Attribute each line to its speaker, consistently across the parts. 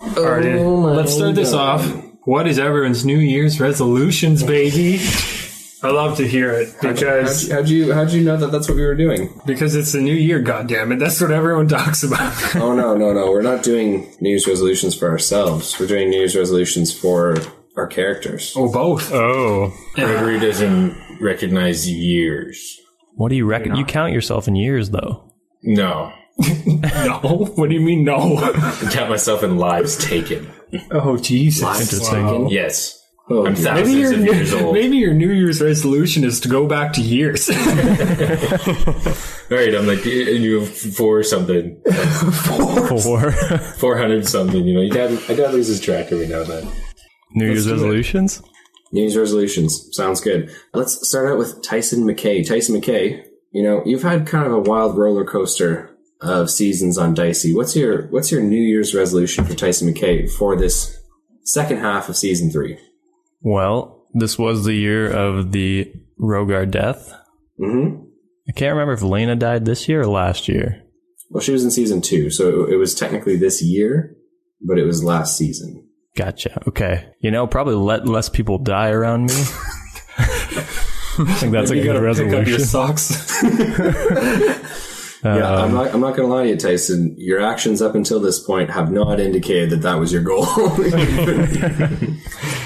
Speaker 1: All right, dude.
Speaker 2: Oh my
Speaker 1: let's start this
Speaker 2: God.
Speaker 1: off. What is everyone's New Year's resolutions, baby? I love to hear it because
Speaker 2: How'd, how'd you how'd you know that that's what we were doing?
Speaker 1: because it's the new year. goddammit. it, that's what everyone talks about.
Speaker 2: Oh no no no! We're not doing New Year's resolutions for ourselves. We're doing New Year's resolutions for our characters.
Speaker 1: oh, both.
Speaker 3: Oh,
Speaker 4: Gregory doesn't recognize years.
Speaker 5: What do you reckon? You count yourself in years, though.
Speaker 4: No.
Speaker 1: No, what do you mean no?
Speaker 4: I count myself in lives taken.
Speaker 1: oh Jesus!
Speaker 5: Interesting.
Speaker 4: Yes.
Speaker 2: Oh,
Speaker 4: I'm
Speaker 2: dear.
Speaker 4: thousands
Speaker 1: Maybe your,
Speaker 4: of years old.
Speaker 1: maybe your New Year's resolution is to go back to years.
Speaker 4: Right, I'm like, y- you have four something,
Speaker 5: Or
Speaker 4: 400 something, you know. Your dad, my dad loses track every now and then.
Speaker 5: New Year's resolutions?
Speaker 2: New Year's resolutions sounds good. Let's start out with Tyson McKay. Tyson McKay, you know you've had kind of a wild roller coaster of seasons on Dicey. What's your what's your New Year's resolution for Tyson McKay for this second half of season three?
Speaker 5: Well, this was the year of the Rogar death.
Speaker 2: Mm-hmm.
Speaker 5: I can't remember if Lena died this year or last year.
Speaker 2: Well, she was in season two, so it, it was technically this year, but it was last season.
Speaker 5: Gotcha. Okay. You know, probably let less people die around me. I think that's a
Speaker 1: you
Speaker 5: good
Speaker 1: gotta pick up your
Speaker 5: resolution.
Speaker 1: socks.
Speaker 2: Yeah,
Speaker 4: Um,
Speaker 2: I'm not. I'm not going to lie to you, Tyson. Your actions up until this point have not indicated that that was your goal.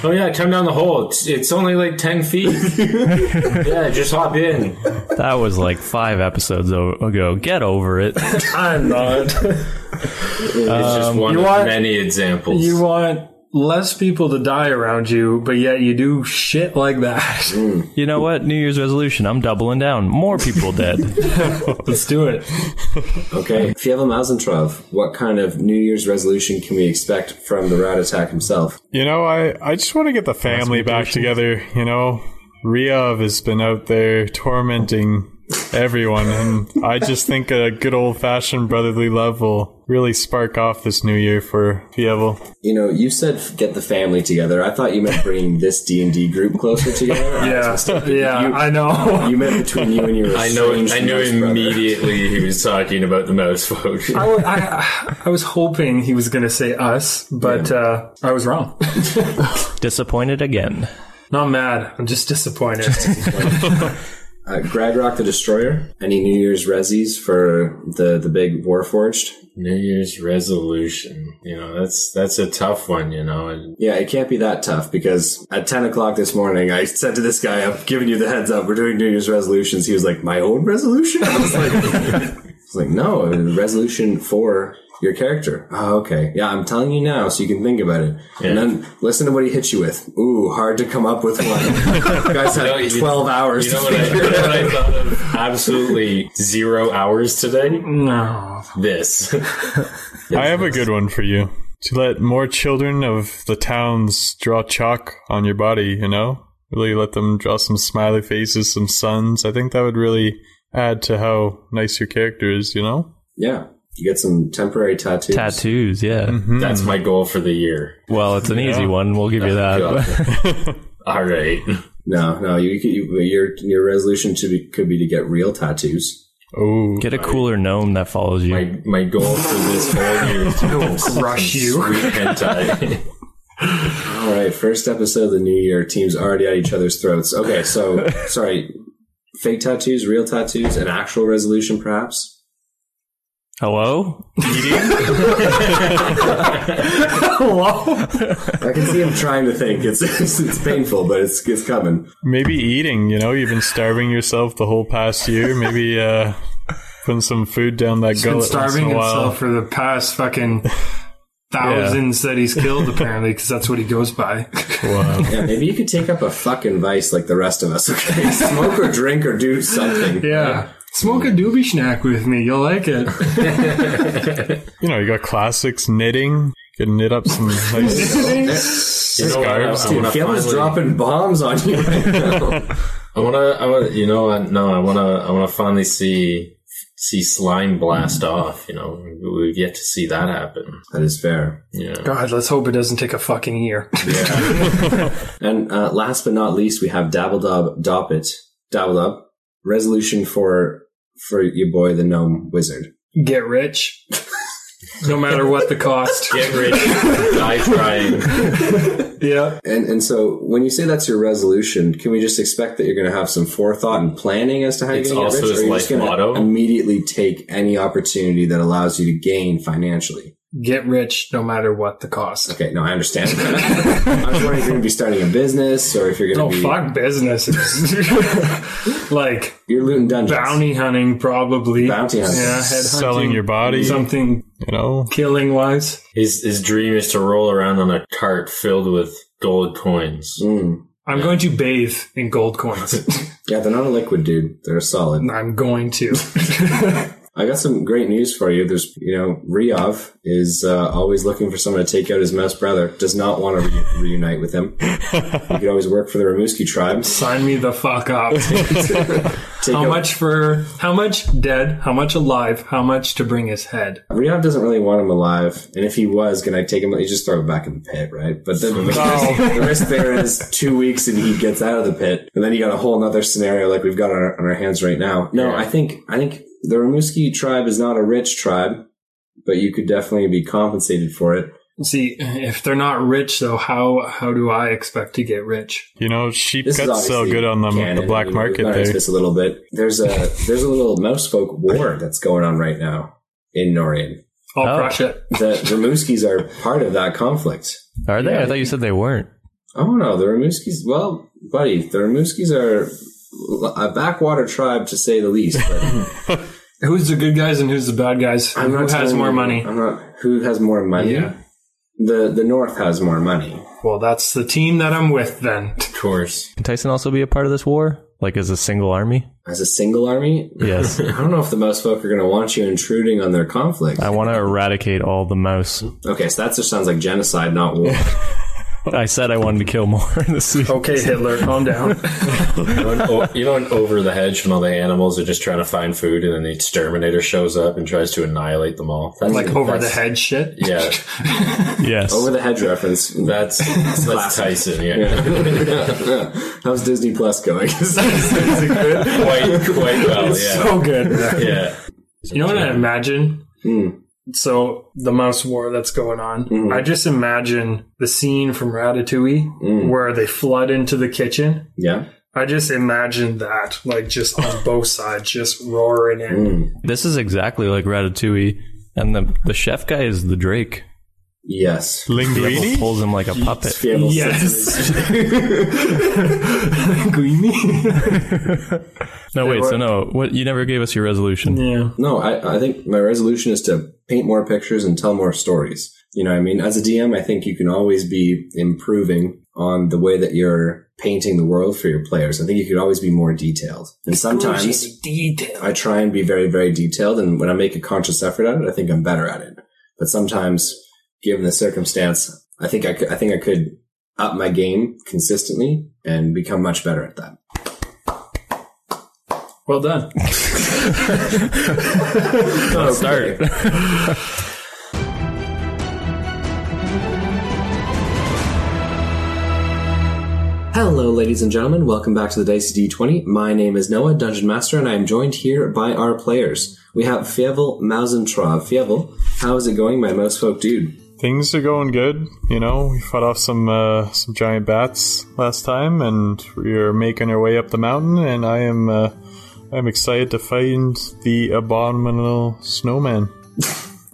Speaker 4: Oh, yeah, come down the hole. It's, it's only like 10 feet. yeah, just hop in.
Speaker 5: That was like five episodes o- ago. Get over it.
Speaker 1: I'm not.
Speaker 4: It's just
Speaker 1: Um,
Speaker 4: one
Speaker 1: you
Speaker 4: of
Speaker 1: want-
Speaker 4: many examples.
Speaker 1: You want less people to die around you, but yet you do shit like that.
Speaker 5: You know what? New Year's resolution. I'm doubling down. More people dead.
Speaker 1: Let's do it.
Speaker 2: okay, Fievel Mazentrov, what kind of New Year's resolution can we expect from the Rat Attack himself?
Speaker 3: you know, I I just want to get the family back together. You know, Riev has been out there tormenting everyone, and I just think a good old fashioned brotherly love will really spark off this new year for Fievel.
Speaker 2: You know, you said f- get the family together. I thought you meant bringing this D and D group closer together.
Speaker 1: Yeah, yeah,
Speaker 2: You-
Speaker 1: I know.
Speaker 2: You meant between you and your
Speaker 4: I know.
Speaker 2: estranged
Speaker 4: I knew
Speaker 2: mouse brother.
Speaker 4: immediately he was talking about the mouse folk.
Speaker 1: I, wa- I, I was hoping he was going to say us, but uh, I was wrong.
Speaker 5: Disappointed again.
Speaker 1: Not mad. I'm just disappointed.
Speaker 2: Uh, Gragrock the Destroyer. Any New Year's resis for the the big Warforged?
Speaker 4: New Year's resolution. You know, that's that's a tough one. You know, and
Speaker 2: Yeah, it can't be that tough because at 10 o'clock this morning, I said to this guy, I'm giving you the heads up, we're doing New Year's resolutions. He was like, My own resolution? I was like, I was like No, it was a resolution for your character. Oh, okay. Yeah, I'm telling you now so you can think about it. And then listen to what he hits you with. Ooh, hard to come up with one. guys had
Speaker 4: No, you-
Speaker 2: 12 hours.
Speaker 4: you know
Speaker 2: to
Speaker 4: what I, you
Speaker 2: figure
Speaker 4: know
Speaker 2: it out.
Speaker 4: what I thought of? Absolutely zero hours today.
Speaker 1: no.
Speaker 4: This.
Speaker 3: I have a good one for you. To let more children of the towns draw chalk on your body, you know? Really let them draw some smiley faces, some suns. I think that would really add to how nice your character is, you know?
Speaker 2: Yeah. You get some temporary tattoos.
Speaker 5: Tattoos. Yeah.
Speaker 1: Mm-hmm.
Speaker 4: That's my goal for the year.
Speaker 5: Well, it's an easy one. We'll give you that.
Speaker 4: God. All right.
Speaker 2: No, no. You, you, your your resolution to be, could be to get real tattoos.
Speaker 3: Oh,
Speaker 5: Get a cooler gnome that follows you.
Speaker 4: My my goal for this whole year is to have some
Speaker 1: crush you.
Speaker 4: Sweet hentai.
Speaker 2: All right, first episode of the new year. Teams already at each other's throats. Okay, so sorry, fake tattoos, real tattoos, an actual resolution, perhaps.
Speaker 5: Hello?
Speaker 1: Hello?
Speaker 2: I can see him trying to think. It's it's, it's painful, but it's it's coming.
Speaker 3: maybe eating, you know? You've been starving yourself the whole past year. Maybe, uh, putting some food down that
Speaker 1: Been
Speaker 3: gullet once in
Speaker 1: starving
Speaker 3: a while.
Speaker 1: himself for the past fucking thousands that he's killed, apparently, because that's what he goes by.
Speaker 2: Yeah, maybe you could take up a fucking vice like the rest of us. Okay, smoke or drink or do something.
Speaker 1: yeah. Smoke a doobie snack with me. You'll like it.
Speaker 3: You know, you got classics, knitting. You can knit up some nice...
Speaker 4: You know what? I
Speaker 3: Scarves,
Speaker 2: Dude,
Speaker 4: wanna
Speaker 2: Kevin's
Speaker 4: finally-
Speaker 2: dropping bombs on you right now.
Speaker 4: I want to. I want. You know. what? No. I want to. I want to finally see see slime blast off. You know. We've yet to see that happen.
Speaker 2: that is fair.
Speaker 4: Yeah.
Speaker 1: God, let's hope it doesn't take a fucking year.
Speaker 2: And uh, last but not least, we have Dabbledob Doppet. Dabbledob resolution for for your boy the gnome wizard.
Speaker 1: Get rich. no matter what the cost.
Speaker 4: Get ready to die trying.
Speaker 1: yeah.
Speaker 2: And and so when you say that's your resolution, can we just expect that you're going to have some forethought and planning as to how
Speaker 4: It's
Speaker 2: you're going to
Speaker 4: also
Speaker 2: get rich?
Speaker 4: his
Speaker 2: or you're
Speaker 4: life
Speaker 2: just gonna
Speaker 4: motto.
Speaker 2: Immediately take any opportunity that allows you to gain financially.
Speaker 1: Get rich no matter what the cost.
Speaker 2: Okay, no, I understand. I was wondering if you're going to be starting a business or if you're
Speaker 1: No,
Speaker 2: going to be
Speaker 1: Oh, fuck businesses. like
Speaker 2: you're looting dungeons.
Speaker 1: bounty hunting, probably.
Speaker 2: Bounty hunting.
Speaker 1: Yeah, head
Speaker 3: Selling your body,
Speaker 1: Something
Speaker 3: you know?
Speaker 1: killing wise.
Speaker 4: His his dream is to roll around on a cart filled with gold coins.
Speaker 2: Mm.
Speaker 1: I'm going to bathe in gold coins.
Speaker 2: Yeah, they're not a liquid, dude. They're a solid.
Speaker 1: I'm going to.
Speaker 2: I got some great news for you. There's, you know, Ryov is uh, always looking for someone to take out his mouse brother. Does not want to re- reunite with him. You could always work for the Ramuski tribe.
Speaker 1: Sign me the fuck up.
Speaker 2: Take
Speaker 1: How
Speaker 2: out-
Speaker 1: much for how much dead? How much alive? How much to bring his head?
Speaker 2: Ryov doesn't really want him alive, and if he was gonna take him, you just throw him back in the pit, right? But then the, risk, the risk there is two weeks and he gets out of the pit, and then you got a whole nother scenario like we've got on our, on our hands right now. No, I think I think the Ramuski tribe is not a rich tribe, but you could definitely be compensated for it.
Speaker 1: See, if they're not rich though, how how do I expect to get rich?
Speaker 3: You know, sheep
Speaker 2: This is
Speaker 3: guts sell
Speaker 2: obviously
Speaker 3: good on them,
Speaker 2: canon.
Speaker 3: the black
Speaker 2: You know, we've
Speaker 3: market
Speaker 2: gone into
Speaker 3: there.
Speaker 2: This a little bit. There's a there's a little mouse folk war that's going on right now in Norian.
Speaker 1: I'll
Speaker 5: Oh.
Speaker 1: crush it.
Speaker 2: The Ramuskis are part of that conflict.
Speaker 5: Are they? I thought you said they weren't.
Speaker 2: Oh no, the Ramuskis. Well, buddy, the Ramuskis are a backwater tribe to say the least. But
Speaker 1: Who's the good guys and who's the bad guys?
Speaker 2: I'm
Speaker 1: Who
Speaker 2: not
Speaker 1: has
Speaker 2: telling
Speaker 1: more
Speaker 2: you-
Speaker 1: money?
Speaker 2: I'm not. Who has more money?
Speaker 1: Yeah.
Speaker 2: The the North has more money.
Speaker 1: Well, that's the team that I'm with then.
Speaker 4: Of course.
Speaker 5: Can Tyson also be a part of this war? Like as a single army?
Speaker 2: As a single army,
Speaker 5: Yes.
Speaker 2: I don't know if the most folk are going to want you intruding on their conflict.
Speaker 5: I want to eradicate all the mouse.
Speaker 2: Okay, so that just sounds like genocide, not war.
Speaker 5: I said I wanted to kill more in the season.
Speaker 1: Okay, Hitler, calm down.
Speaker 4: You know, an o- you know, an over the hedge when all the animals are just trying to find food, and then the exterminator shows up and tries to annihilate them all. That's,
Speaker 1: like over the
Speaker 4: that's-
Speaker 1: head shit.
Speaker 4: Yeah,
Speaker 5: Yes.
Speaker 3: Oh,
Speaker 2: Over the hedge reference.
Speaker 4: that's that's Tyson. Yeah,
Speaker 2: How's Disney Plus going?
Speaker 4: quite quite well. Yeah,
Speaker 1: So good.
Speaker 4: yeah.
Speaker 1: You know what I imagine? So the mouse war that's going on. I just imagine the scene from Ratatouille where they flood into the kitchen.
Speaker 2: yeah.
Speaker 1: I just imagine that, like just on both sides, just roaring in.
Speaker 5: This is exactly like Ratatouille, and the the chef guy is the Drake.
Speaker 2: Yes.
Speaker 5: He
Speaker 3: Linguini?
Speaker 5: pulls him like a puppet.
Speaker 2: Fable
Speaker 1: Yes. Greeny.
Speaker 5: No, wait. So no, what you never gave us your resolution.
Speaker 1: Yeah.
Speaker 2: No, I, I think my resolution is to paint more pictures and tell more stories. You know, what I mean, as a DM, I think you can always be improving on the way that you're painting the world for your players. I think you could always be more detailed. And sometimes
Speaker 1: detail.
Speaker 2: I try and be very, very detailed. And when I make a conscious effort at it, I think I'm better at it. But sometimes, given the circumstance, I think I could, I think I could up my game consistently and become much better at that.
Speaker 1: Well done.
Speaker 2: Oh, Start. Hello, ladies and gentlemen. Welcome back to the Dicey D20. My name is Noah, Dungeon Master, and I am joined here by our players. We have Fievel Mausentrav. Fievel, how is it going, my most folk dude?
Speaker 3: Things are going good. You know, we fought off some uh, some giant bats last time, and we are making our way up the mountain. And I am uh, I'm excited to find the abominable snowman.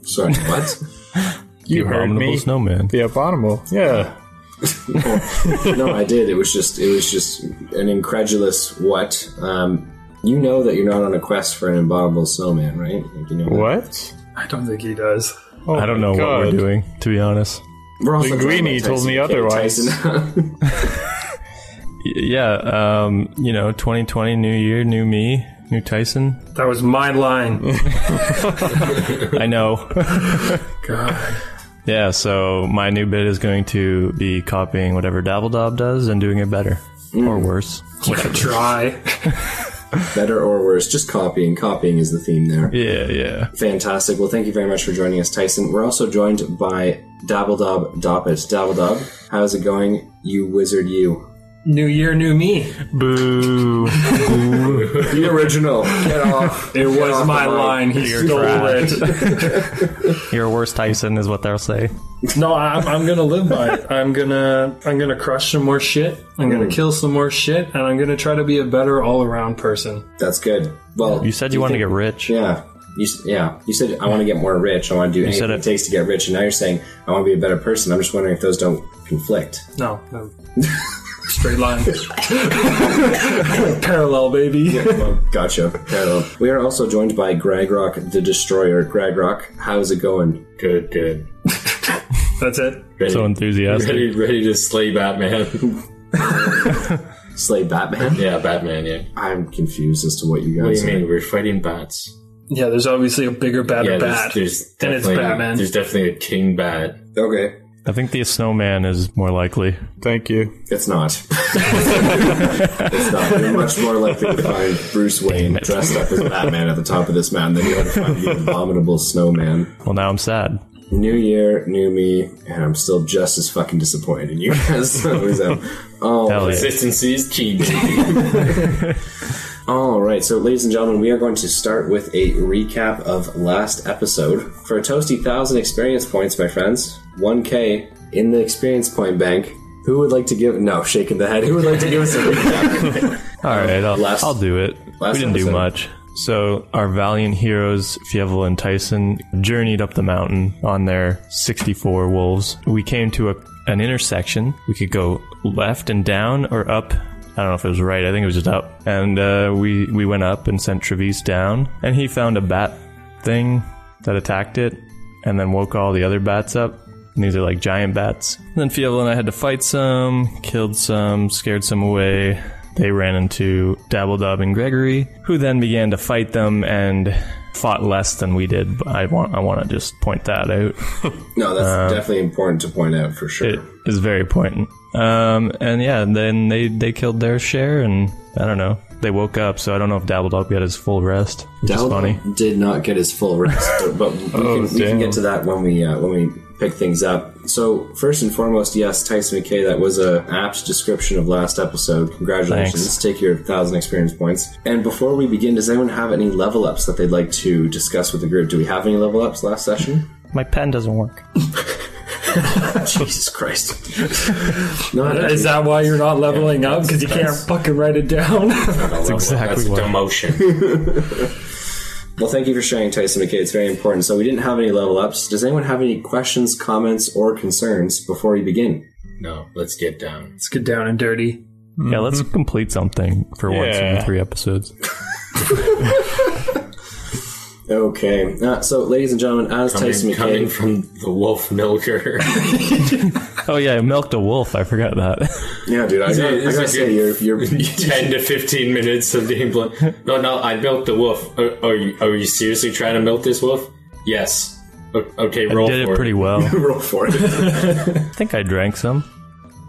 Speaker 2: Sorry, what?
Speaker 3: You heard
Speaker 5: Abominable
Speaker 3: me.
Speaker 5: snowman.
Speaker 3: the abominable. Yeah.
Speaker 2: no, I did. It was just it was just an incredulous what. Um, you know that you're not on a quest for an abominable snowman, right? Like, you know that.
Speaker 3: What?
Speaker 1: I don't think he does.
Speaker 3: Oh
Speaker 5: I don't
Speaker 3: my
Speaker 5: know what we're
Speaker 3: God.
Speaker 5: doing, to be honest.
Speaker 2: We're also joined by
Speaker 3: Linguini told me
Speaker 2: Tyson. Okay,
Speaker 3: otherwise.
Speaker 2: Tyson.
Speaker 5: Y- Yeah, um, you know, 2020, new year, new me, new Tyson.
Speaker 1: That was my line.
Speaker 5: I know.
Speaker 1: God.
Speaker 5: Yeah, so my new bit is going to be copying whatever Dabbledob does and doing it better or worse.
Speaker 1: Try.
Speaker 2: Better or worse, just copying. Copying is the theme there.
Speaker 5: Yeah, yeah.
Speaker 2: Fantastic. Well, thank you very much for joining us, Tyson. We're also joined by Dabbledob Doppet. Dabbledob, how's it going, you wizard? You
Speaker 1: New year, new me.
Speaker 3: Boo.
Speaker 2: The original. Get off.
Speaker 1: It was
Speaker 2: off
Speaker 1: my
Speaker 2: the mic.
Speaker 1: line. He stole
Speaker 5: trash.
Speaker 1: it.
Speaker 5: Your worst Tyson is what they'll say.
Speaker 1: No, I'm, I'm gonna live by it. I'm gonna I'm gonna crush some more shit. I'm
Speaker 4: Mm.
Speaker 1: gonna kill some more shit, and I'm gonna try to be a better all around person.
Speaker 2: That's good. Well,
Speaker 5: You said you, wanted to get rich.
Speaker 2: Yeah. You, s- yeah. You said, I want to get more rich. I want to do anything
Speaker 5: said
Speaker 2: it
Speaker 5: it-
Speaker 2: takes to get rich. And now you're saying, I want to be a better person. I'm just wondering if those don't conflict.
Speaker 1: No, no. straight line, parallel, baby.
Speaker 2: Gotcha. Parallel. We are also joined by Greg Rock the Destroyer. Greg Rock, how's it going?
Speaker 4: Good, good.
Speaker 1: That's it.
Speaker 4: Ready,
Speaker 5: So enthusiastic.
Speaker 4: ready, ready to slay Batman.
Speaker 2: Slay Batman?
Speaker 4: yeah, Batman, yeah.
Speaker 2: I'm confused as to what you
Speaker 4: What do
Speaker 2: guys
Speaker 4: you mean? We're fighting bats.
Speaker 1: Yeah, there's obviously a bigger, badder
Speaker 4: Yeah,
Speaker 1: bat.
Speaker 4: there's, there's
Speaker 1: And it's
Speaker 4: definitely
Speaker 1: Batman.
Speaker 4: there's definitely a king bat.
Speaker 2: are. Okay.
Speaker 5: I think the snowman is more likely.
Speaker 3: Thank you.
Speaker 2: It's not. it's not. You're much more likely to find Bruce Wayne dressed up as Batman at the top of this mountain than you are to find the abominable snowman.
Speaker 5: Well, now I'm sad.
Speaker 2: New year, new me, and I'm still just as fucking disappointed in you guys. so, um,
Speaker 5: Hell yeah.
Speaker 4: Consistency is key. baby.
Speaker 2: All right, so ladies and gentlemen, we are going to start with a recap of last episode. For a toasty thousand experience points, my friends, 1k in the experience point bank. Who would like to give? No, shaking the head. Who would like to give us a recap?
Speaker 5: All right, I'll,
Speaker 2: Uh, last-
Speaker 5: I'll do it.
Speaker 2: last
Speaker 5: we didn't
Speaker 2: episode.
Speaker 5: do much. So our valiant heroes, Fievel and Tyson, journeyed up the mountain on their 64 wolves. We came to a, an intersection. We could go left and down or up. I don't know if it was right. I think it was just up. And uh, we, we went up and sent Travis down. And he found a bat thing that attacked it and then woke all the other bats up. And these are like giant bats. And then Fievel and I had to fight some, killed some, scared some away. They ran into Dabbledub and Gregory, who then began to fight them and fought less than we did. But I want I want to just point that out.
Speaker 2: no, that's definitely important to point out for sure.
Speaker 5: It is very important. Um, and yeah, then they they killed their share, and I don't know. They woke up, so I don't know if Dabbledub got his full rest, which is
Speaker 2: Dowdle
Speaker 5: funny.
Speaker 2: Did not get his full rest, but we, can, we can
Speaker 3: damn.
Speaker 2: get to that when we uh, when we pick things up. So first and foremost, yes, Tyson McKay, that was a apt description of last episode. Congratulations,
Speaker 5: Thanks.
Speaker 2: take your thousand experience points. And before we begin, does anyone have any level ups that they'd like to discuss with the group? Do we have any level ups last session?
Speaker 5: My pen doesn't work.
Speaker 2: Jesus Christ! not
Speaker 1: Is that why you're not leveling up? Because you can't fucking write it down.
Speaker 4: That's
Speaker 5: exactly
Speaker 4: That's
Speaker 5: what-
Speaker 4: demotion.
Speaker 2: Well, thank you for sharing, Tyson McKay. It's very important. So we didn't have any level ups. Does anyone have any questions, comments, or concerns before we begin?
Speaker 4: no, let's get down.
Speaker 1: Let's get down and dirty.
Speaker 5: Yeah, let's complete something for once in the
Speaker 3: Yeah.
Speaker 5: three episodes.
Speaker 2: Okay, uh, so ladies and gentlemen, as Tyson
Speaker 4: Coming, coming
Speaker 2: McKay,
Speaker 4: from the wolf milker.
Speaker 5: Oh yeah, I milked a wolf. I forgot that.
Speaker 2: yeah, dude, I gotta, I
Speaker 4: it's
Speaker 2: gotta
Speaker 4: like
Speaker 2: say,
Speaker 4: a-
Speaker 2: you're, you're
Speaker 4: 10 to 15 minutes of gameplay. No, no, I built the wolf. Are, are, you, are you seriously trying to milk this wolf? Yes. O- okay, roll
Speaker 5: Did
Speaker 4: for
Speaker 5: it pretty well.
Speaker 2: roll for it.
Speaker 5: I think I drank some.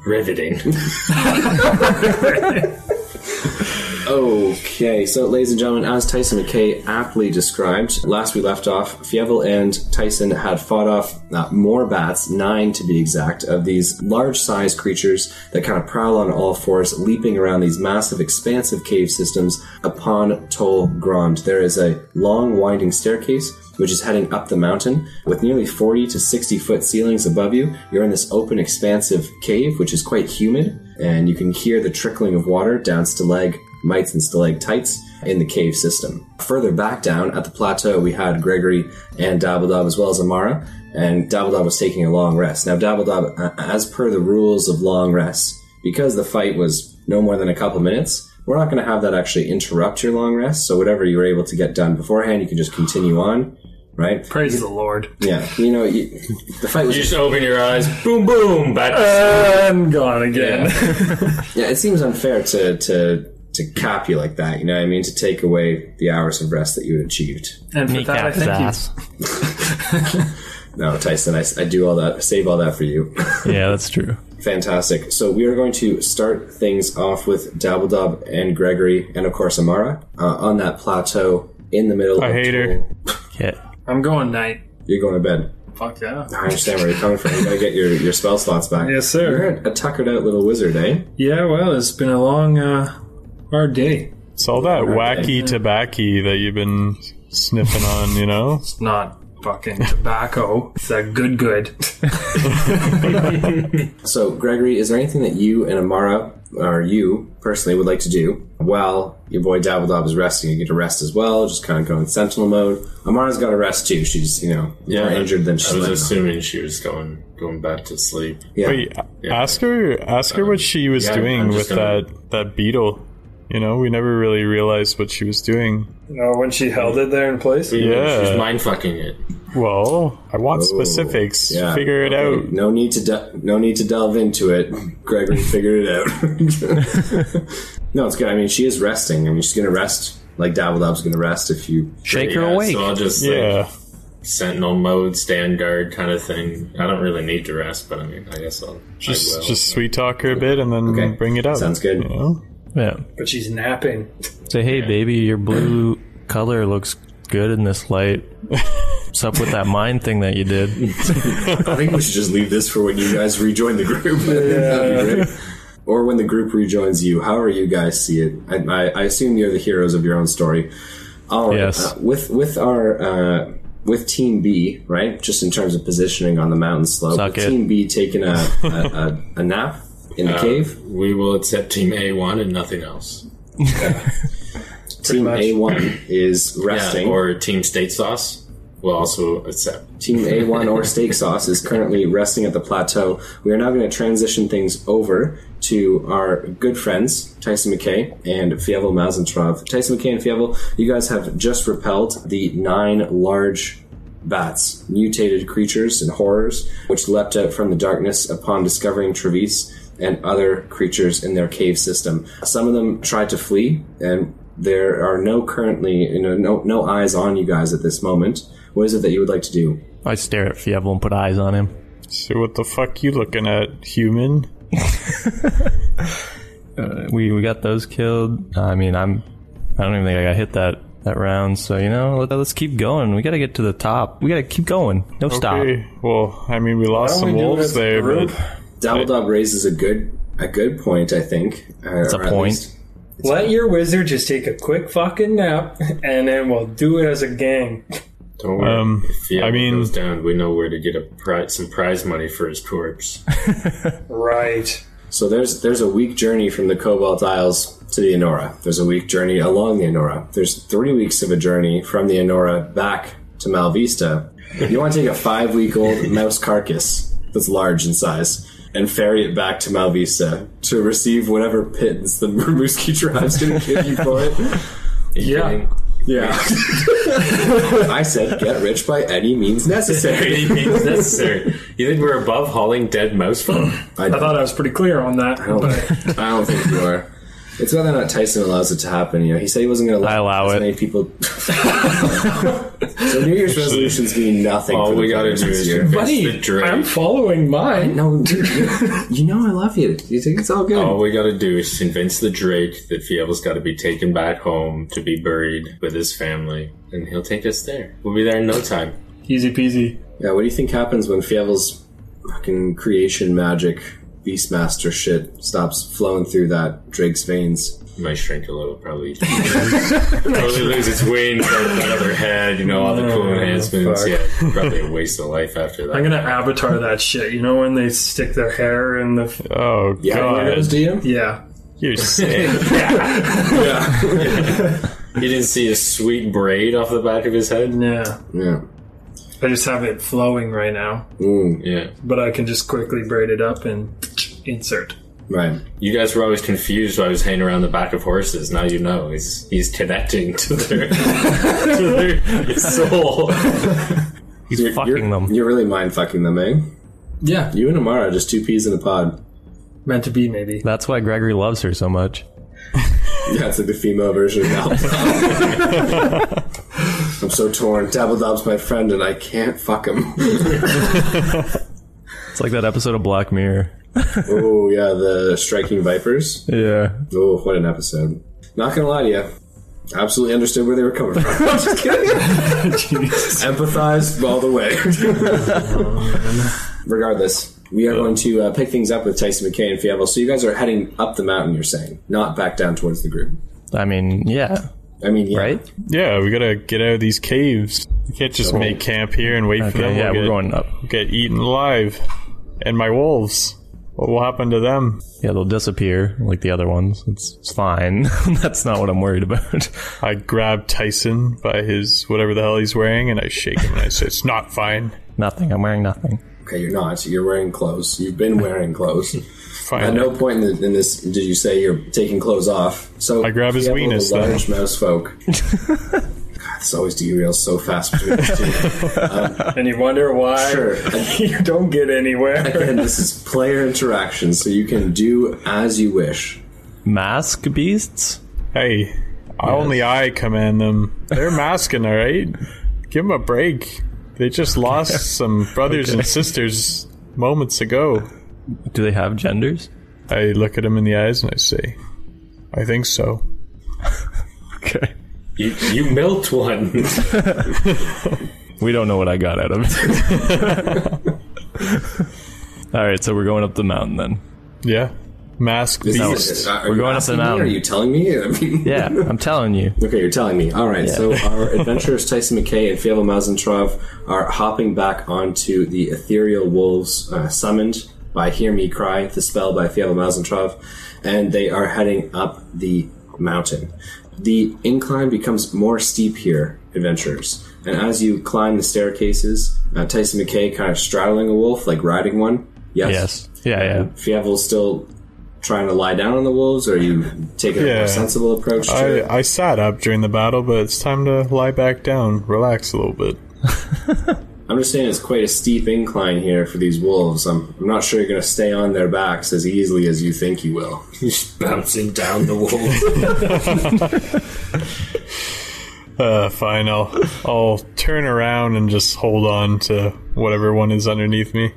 Speaker 4: Riveting.
Speaker 2: okay, so ladies and gentlemen, as Tyson McKay aptly described, last we left off, Fievel and Tyson had fought off uh, more bats, nine to be exact, of these large-sized creatures that kind of prowl on all fours, leaping around these massive, expansive cave systems upon Tol Grond. There is a long, winding staircase which is heading up the mountain. With nearly 40 to 60 foot ceilings above you, you're in this open, expansive cave, which is quite humid, and you can hear the trickling of water down stalagmites and stalactites in the cave system. Further back down at the plateau, we had Gregory and Dabbledob as well as Amara, and Dabbledob was taking a long rest. Now, Dabbledob, uh, as per the rules of long rests, because the fight was no more than a couple minutes, we're not going to have that actually interrupt your long rest. So whatever you were able to get done beforehand, you can just continue on, right?
Speaker 1: Praise the Lord.
Speaker 2: Yeah, you know, you, the fight
Speaker 4: You
Speaker 2: was.
Speaker 4: just open your eyes. Boom, boom. Back
Speaker 5: Uh,
Speaker 1: And gone again.
Speaker 2: Yeah, it seems unfair to to to cap you like that. You know, what I mean, to take away the hours of rest that you had achieved.
Speaker 1: And for that, I thank you.
Speaker 2: No, Tyson, I, I do all that, I save all that for you.
Speaker 5: Yeah, that's true.
Speaker 2: Fantastic. So we are going to start things off with Dabbledob and Gregory, and of course Amara uh, on that plateau in the middle.
Speaker 3: I
Speaker 2: of
Speaker 3: hate her.
Speaker 5: Yeah.
Speaker 1: I'm going night.
Speaker 2: You're going to bed.
Speaker 1: Fuck yeah.
Speaker 2: I understand where you're coming from. You gotta get your, your spell slots back.
Speaker 1: Yes, sir.
Speaker 2: You're a tuckered out little wizard, eh?
Speaker 1: Yeah, well, it's been a long, uh, hard day.
Speaker 3: It's all that wacky tobacco that you've been sniffing on, you know?
Speaker 1: It's not fucking tobacco. it's that good, good.
Speaker 2: So, Gregory, is there anything that you and Amara, or you personally, would like to do while your boy Davidob is resting? You get to rest as well, just kind of go in sentinel mode. Amara's got to rest too. She's, you know, more injured than she's
Speaker 4: I was
Speaker 2: letting on.
Speaker 4: assuming she was going going back to sleep.
Speaker 2: Yeah.
Speaker 3: Wait, ask her ask her what she was
Speaker 4: yeah,
Speaker 3: doing
Speaker 4: I'm just
Speaker 3: with
Speaker 4: gonna-
Speaker 3: that that beetle. You know, we never really realized what she was doing.
Speaker 1: No, when she held it there in place?
Speaker 3: Yeah.
Speaker 4: she's mind fucking it.
Speaker 3: Well, I want
Speaker 2: Oh,
Speaker 3: specifics.
Speaker 2: yeah.
Speaker 3: Figure it
Speaker 2: Okay,
Speaker 3: out.
Speaker 2: No need to de- no need to delve into it. Gregory figured it out. no, it's good. I mean, she is resting. I mean, she's gonna rest like Dabbledob's gonna rest if you.
Speaker 5: Shake her
Speaker 4: Yeah,
Speaker 5: awake.
Speaker 4: So I'll just like,
Speaker 3: Yeah.
Speaker 4: sentinel mode, stand guard kind of thing. I don't really need to rest, but I mean, I guess I'll I will.
Speaker 3: Just just sweet talk her a bit and then
Speaker 2: Okay.
Speaker 3: bring it up.
Speaker 2: Sounds good.
Speaker 3: You know?
Speaker 5: Yeah.
Speaker 1: But she's napping.
Speaker 5: Say, hey, baby, your blue color looks good in this light. What's up with that mind thing that you did?
Speaker 2: I think we should just leave this for when you guys rejoin the group. That'd be great. Or when the group rejoins you, however you guys see it. I, I, I assume you're the heroes of your own story. All right.
Speaker 5: Yes.
Speaker 2: uh, with with our uh, with Team B, right? Just in terms of positioning on the mountain slope,
Speaker 5: Suck
Speaker 2: with
Speaker 5: it.
Speaker 2: Team B taking a a, a, a nap in the cave.
Speaker 4: we will accept Team A1 and nothing else.
Speaker 2: Team A1 is resting.
Speaker 4: Yeah,
Speaker 2: or
Speaker 4: or Team State Sauce will also accept.
Speaker 2: Team A1 or Steak Sauce is currently resting at the plateau. We are now going to transition things over to our good friends, Tyson McKay and Fievel Mazentrov. Tyson McKay and Fievel, you guys have just repelled the nine large bats, mutated creatures and horrors, which leapt out from the darkness upon discovering Trevis and other creatures in their cave system. Some of them tried to flee, and there are no currently, you know, no, no eyes on you guys at this moment. What is it that you would like to do?
Speaker 5: I stare at Fievel and put eyes on him.
Speaker 3: So what the fuck you looking at, human?
Speaker 5: We we got those killed. Uh, I mean, I'm I don't even think I got hit that that round. So you know, let, us keep going. We got to get to the top. We got to keep going. No stop.
Speaker 3: Okay. Well, I mean we lost some wolves there, but
Speaker 2: Dabbledob raises a good a good point, I think. uh, It's
Speaker 5: a point.
Speaker 1: Let your wizard just take a quick fucking nap, and then we'll do it as a gang.
Speaker 4: Don't worry.
Speaker 3: Um,
Speaker 4: if he
Speaker 3: I
Speaker 4: ever
Speaker 3: mean-
Speaker 4: goes down, we know where to get a pri- some prize money for his corpse.
Speaker 1: Right.
Speaker 2: So there's there's a week journey from the Cobalt Isles to the Enora. There's a week journey along the Enora. There's three weeks of a journey from the Enora back to Malvista. You want to take a five week old mouse carcass that's large in size and ferry it back to Malvista to receive whatever pittance the Murmuski tribe's going to give you for it.
Speaker 1: Yeah.
Speaker 2: Yeah. I said get rich by any means necessary.
Speaker 4: It's necessary. You think we're above hauling dead mouse from?
Speaker 2: I
Speaker 1: I thought I was pretty clear on that.
Speaker 2: I don't,
Speaker 1: but-
Speaker 2: I don't think you are. It's whether or not Tyson allows it to happen. You know, he said he wasn't going to
Speaker 5: I allow
Speaker 2: as
Speaker 5: it.
Speaker 2: many people. so New Year's resolutions mean nothing.
Speaker 4: All
Speaker 2: for the
Speaker 4: we gotta
Speaker 2: players
Speaker 4: do
Speaker 2: this
Speaker 4: is
Speaker 2: year.
Speaker 4: convince the
Speaker 1: Buddy,
Speaker 4: Drake.
Speaker 1: I'm following mine.
Speaker 2: No, dude, you- you know I love you. You think it's all good?
Speaker 4: All we gotta do is convince the Drake that Fievel's gotta be taken back home to be buried with his family, and he'll take us there. We'll be there in no time.
Speaker 1: Easy peasy.
Speaker 2: Yeah. What do you think happens when Fievel's fucking creation magic beastmaster shit stops flowing through that Drake's veins?
Speaker 4: It might shrink a little, probably. probably lose its wings, like another head, you know, all the cool enhancements.
Speaker 1: fuck.
Speaker 4: Yeah, probably a waste of life after that.
Speaker 1: I'm gonna avatar that shit. You know when they stick their hair in the
Speaker 3: oh
Speaker 2: Weirdos,
Speaker 3: god,
Speaker 2: do you?
Speaker 1: yeah.
Speaker 3: you're sick.
Speaker 4: You didn't see a sweet braid off the back of his head?
Speaker 1: Yeah.
Speaker 2: Yeah.
Speaker 1: I just have it flowing right now,
Speaker 2: Mm,
Speaker 4: Yeah.
Speaker 1: but I can just quickly braid it up and insert.
Speaker 2: right.
Speaker 4: You guys were always confused why I was hanging around the back of horses. Now you know. He's he's connecting to their, to their soul.
Speaker 5: He's fucking
Speaker 2: you're,
Speaker 5: them.
Speaker 2: You're really mind fucking them, eh?
Speaker 1: Yeah.
Speaker 2: You and Amara are just two peas in a pod.
Speaker 1: Meant to be, maybe.
Speaker 5: That's why Gregory loves her so much.
Speaker 2: Yeah, it's like the female version of Alpha. I'm so torn. Dabbledob's my friend, and I can't fuck him.
Speaker 5: It's like that episode of Black Mirror.
Speaker 2: oh yeah, the striking vipers.
Speaker 5: Yeah.
Speaker 2: Oh, what an episode! Not gonna lie to you, Absolutely understood where they were coming from. I'm just kidding. Empathized all the way. Regardless, we are going to uh, pick things up with Tyson McKay and Fievel. So you guys are heading up the mountain. You're saying, not back down towards the group.
Speaker 5: I mean, yeah,
Speaker 2: I mean, yeah.
Speaker 5: right?
Speaker 3: Yeah, we gotta get out of these caves. We can't just make camp here and wait for them.
Speaker 5: Okay, yeah,
Speaker 3: We'll
Speaker 5: we're
Speaker 3: get-
Speaker 5: going up.
Speaker 3: Get eaten alive. And my wolves. What will happen to them?
Speaker 5: Yeah, they'll disappear like the other ones. It's, it's fine. That's not what I'm worried about.
Speaker 3: I grab Tyson by his whatever the hell he's wearing and I shake him and I say, It's not fine.
Speaker 5: nothing. I'm wearing nothing.
Speaker 2: Okay, you're not. You're wearing clothes. You've been wearing clothes.
Speaker 3: Fine.
Speaker 2: At no point in, in this did you say you're taking clothes off. So
Speaker 3: I grab his
Speaker 2: Fievel, the
Speaker 3: weenus, then.
Speaker 2: Large mouse folk. God, this always derails so fast between these two.
Speaker 1: and you wonder why
Speaker 2: Sure. I-
Speaker 1: you don't get anywhere.
Speaker 2: Again, this is player interaction, so you can do as you wish.
Speaker 5: Mask beasts?
Speaker 3: Hey, only I command them. They're masking, all right? Give them a break. They just lost some brothers and sisters moments ago.
Speaker 5: Do they have genders?
Speaker 3: I look at him in the eyes and I say, I think so.
Speaker 5: Okay.
Speaker 4: You, you milked one.
Speaker 5: We don't know what I got out of it. All right, so we're going up the mountain then.
Speaker 3: Yeah. Masked beast.
Speaker 2: Are
Speaker 5: We're
Speaker 2: you
Speaker 5: going up the
Speaker 2: asking me?
Speaker 5: mountain.
Speaker 2: Are you telling me? I mean,
Speaker 5: Yeah, I'm telling you.
Speaker 2: Okay, you're telling me. All right, so our adventurers Tyson McKay and Fievel Mazentrov are hopping back onto the ethereal wolves uh, summoned by Hear Me Cry, the spell by Fievel Mazentrov, and they are heading up the mountain. The incline becomes more steep here, adventurers, and as you climb the staircases, uh, Tyson McKay kind of straddling a wolf, like riding one. Yes.
Speaker 5: Yes. Yeah, yeah.
Speaker 2: Fievel still trying to lie down on the wolves, or are you taking a
Speaker 3: Yeah.
Speaker 2: more sensible approach to it?
Speaker 3: I, I sat up during the battle, but it's time to lie back down, relax a little bit.
Speaker 2: I'm just saying it's quite a steep incline here for these wolves. I'm, I'm not sure you're going to stay on their backs as easily as you think you will.
Speaker 4: Just bouncing down the wall.
Speaker 3: Uh, fine, I'll, I'll turn around and just hold on to whatever one is underneath me.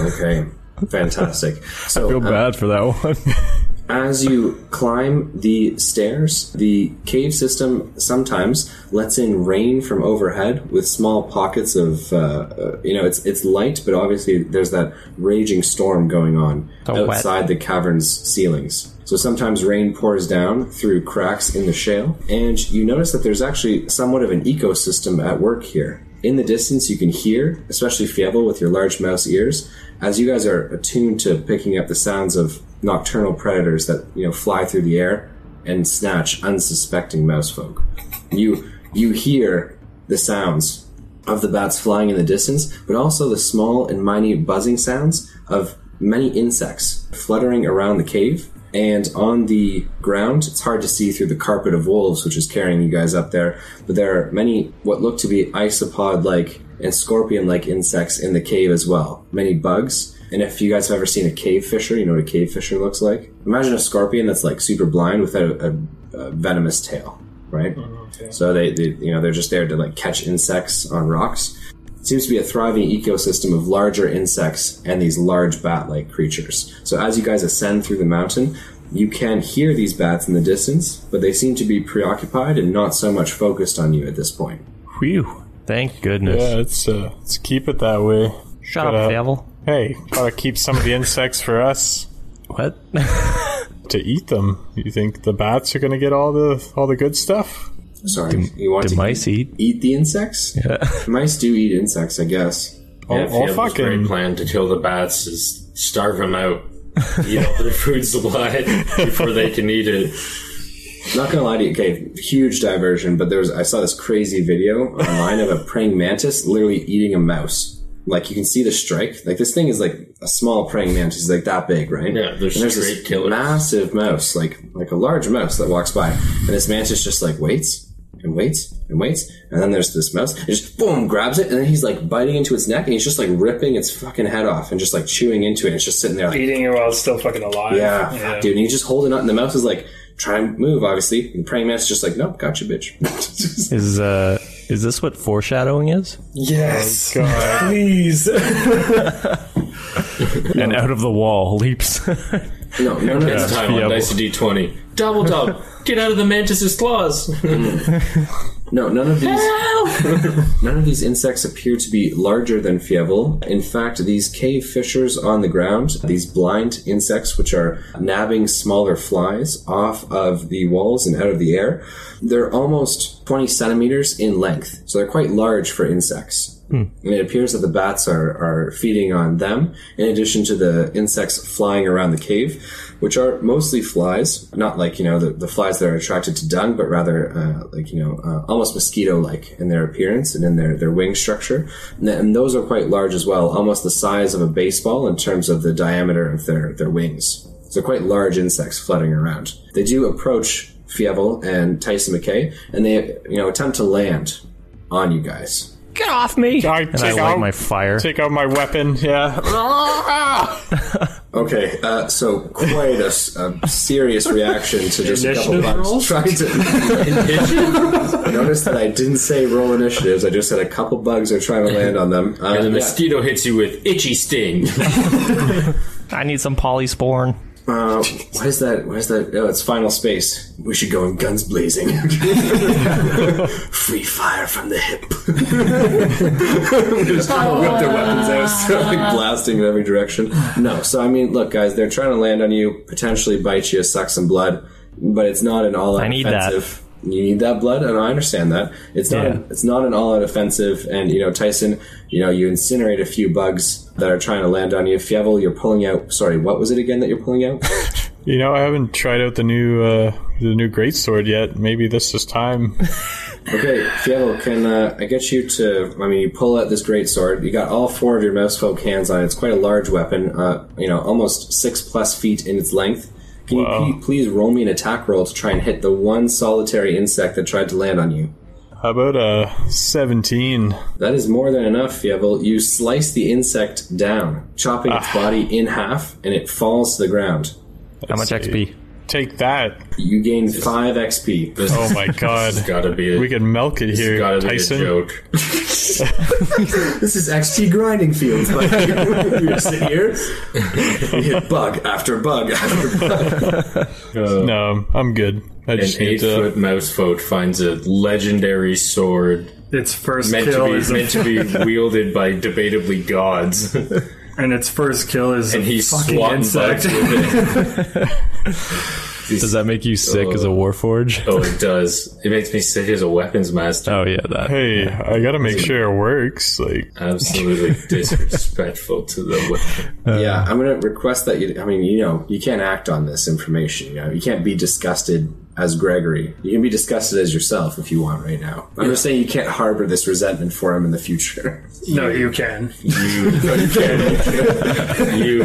Speaker 2: Okay, fantastic. So
Speaker 5: Feel
Speaker 2: uh,
Speaker 5: bad for that one.
Speaker 2: as you climb the stairs, the cave system sometimes lets in rain from overhead with small pockets of, uh, uh, you know, it's it's light, but obviously there's that raging storm going on
Speaker 5: Oh, wet.
Speaker 2: outside the cavern's ceilings. So sometimes rain pours down through cracks in the shale, and you notice that there's actually somewhat of an ecosystem at work here. In the distance, you can hear, especially Fievel with your large mouse ears, as you guys are attuned to picking up the sounds of nocturnal predators that you know fly through the air and snatch unsuspecting mouse folk. You you hear the sounds of the bats flying in the distance, but also the small and minute buzzing sounds of many insects fluttering around the cave. And on the ground, it's hard to see through the carpet of wolves, which is carrying you guys up there, but there are many what look to be isopod like and scorpion like insects in the cave as well. Many bugs. And if you guys have ever seen a cave fisher, you know what a cave fisher looks like. Imagine a scorpion that's like super blind without a, a, a venomous tail, right? So they, they, you know, they're just there to like catch insects on rocks. It seems to be a thriving ecosystem of larger insects and these large bat-like creatures. So as you guys ascend through the mountain, you can hear these bats in the distance, but they seem to be preoccupied and not so much focused on you at this point.
Speaker 5: Whew. Thank goodness.
Speaker 3: Yeah, let's, uh, let's keep it that way.
Speaker 5: Shut up,
Speaker 3: Shut up.
Speaker 5: Fievel.
Speaker 3: Hey, gotta keep some of the insects for us
Speaker 5: What?
Speaker 3: to eat them. You think the bats are gonna get all the all the good stuff?
Speaker 2: Sorry, you want
Speaker 5: Do
Speaker 2: to
Speaker 5: mice eat?
Speaker 2: eat the insects? Mice do eat insects, I guess.
Speaker 3: Oh,
Speaker 4: Yeah,
Speaker 3: oh,
Speaker 4: Fievel's
Speaker 3: fucking
Speaker 4: great plan to kill the bats is starve them out. Eat all their food supply before they can eat it.
Speaker 2: Not gonna lie to you, okay, huge diversion, but there was I saw this crazy video online of a praying mantis literally eating a mouse. Like you can see the strike. Like this thing is like a small praying mantis, like that big, right?
Speaker 4: Yeah, they're
Speaker 2: And there's this
Speaker 4: straight killers.
Speaker 2: massive mouse, like like a large mouse that walks by, and this mantis just like waits and waits and waits, and then there's this mouse, and just boom grabs it, and then he's like biting into its neck, and he's just like ripping its fucking head off, and just like chewing into it, and it's just sitting there like
Speaker 1: Eating it while it's still fucking alive.
Speaker 2: yeah, fuck,
Speaker 4: Ah,
Speaker 2: dude. And you just hold it up, and the mouse is like, try and move, obviously. And the praying mantis is just like, nope, gotcha, bitch. Just-
Speaker 5: Is uh is this what foreshadowing is?
Speaker 1: Yes. Please.
Speaker 5: And out of the wall leaps
Speaker 2: No, no, no.
Speaker 4: It's
Speaker 2: no.
Speaker 4: time on
Speaker 5: Fievel.
Speaker 4: Dice D20. Double dog, get out of the mantis's claws.
Speaker 2: No, none of these. none of these insects appear to be larger than Fievel. In fact, these cave fissures on the ground, these blind insects which are nabbing smaller flies off of the walls and out of the air, they're almost 20 centimeters in length. So they're quite large for insects. And it appears that the bats are, are feeding on them, in addition to the insects flying around the cave, which are mostly flies, not like, you know, the, the flies that are attracted to dung, but rather, uh, like, you know, uh, almost mosquito like in their appearance and in their, their wing structure. And, th- and those are quite large as well, almost the size of a baseball in terms of the diameter of their, their wings. So quite large insects fluttering around. They do approach Fievel and Tyson McKay, and they, you know, attempt to land on you guys.
Speaker 5: Get off me!
Speaker 3: I
Speaker 5: and I
Speaker 3: take
Speaker 5: light
Speaker 3: out-
Speaker 5: my fire.
Speaker 3: Take out my weapon. Yeah.
Speaker 2: Okay, uh, so quite a, s- a serious reaction to just a couple
Speaker 1: Initiative
Speaker 2: bucks.
Speaker 1: rolls?
Speaker 2: Trying to notice that I didn't say roll initiatives. I just said a couple bugs are trying to land on them. Uh,
Speaker 4: And the
Speaker 2: yeah.
Speaker 4: mosquito hits you with itchy sting.
Speaker 3: Oh
Speaker 5: I need some polysporin.
Speaker 2: Uh, why is that? Why is that? Oh, it's final space. We should go in guns blazing. Free fire from the hip. just trying to whip their weapons out, so like blasting in every direction. No, so I mean, look, guys, they're trying to land on you, potentially bite you, suck some blood, but it's not an all-out
Speaker 5: I need that.
Speaker 2: offensive. You need that blood, and I understand that. It's not.
Speaker 5: Yeah.
Speaker 2: It's not an all-out offensive, and you know, Tyson. You know, you incinerate a few bugs that are trying to land on you. Fievel, you're pulling out. Sorry, what was it again that you're pulling out?
Speaker 3: you know, I haven't tried out the new uh, the new greatsword yet. Maybe this is time.
Speaker 2: Okay, Fievel, can uh, I get you to? I mean, you pull out this great sword. You got all four of your mousefolk hands on it. It's quite a large weapon. Uh, you know, almost six plus feet in its length. Can you
Speaker 3: Wow.
Speaker 2: pe- please roll me an attack roll to try and hit the one solitary insect that tried to land on you?
Speaker 3: How about uh, seventeen?
Speaker 2: That is more than enough, Fievel. You slice the insect down, chopping its body in half, and it falls to the ground.
Speaker 5: How much XP?
Speaker 3: Take that.
Speaker 2: You gain five XP.
Speaker 4: This
Speaker 3: Oh my god.
Speaker 4: has gotta be a,
Speaker 3: We can milk it
Speaker 4: this has
Speaker 3: here,
Speaker 4: gotta be
Speaker 3: Tyson.
Speaker 4: a joke.
Speaker 2: This is XP grinding fields. Like, you just sit here, you hit bug after bug after bug.
Speaker 3: No, I'm good. I
Speaker 4: An
Speaker 3: just need
Speaker 4: eight
Speaker 3: to.
Speaker 4: foot mouse folk finds a legendary sword
Speaker 1: Its first
Speaker 4: meant
Speaker 1: kill
Speaker 4: to be
Speaker 1: is a,
Speaker 4: meant to be wielded by debatably gods. And
Speaker 1: and its first kill is a
Speaker 4: he's
Speaker 1: fucking
Speaker 4: swatting
Speaker 1: insect.
Speaker 4: bugs with it.
Speaker 5: Does that make you sick as a warforge?
Speaker 4: Oh, it does. It makes me sick as a weapons master.
Speaker 5: Oh yeah, that.
Speaker 3: Hey, I gotta make sure it works. Like,
Speaker 4: Absolutely disrespectful to the weapon.
Speaker 2: Yeah, I'm gonna request that you. I mean, you know, you can't act on this information. You know, you can't be disgusted as Gregory. You can be disgusted as yourself if you want right now. I'm just saying you can't harbor this resentment for him in the future.
Speaker 1: No, you can.
Speaker 4: You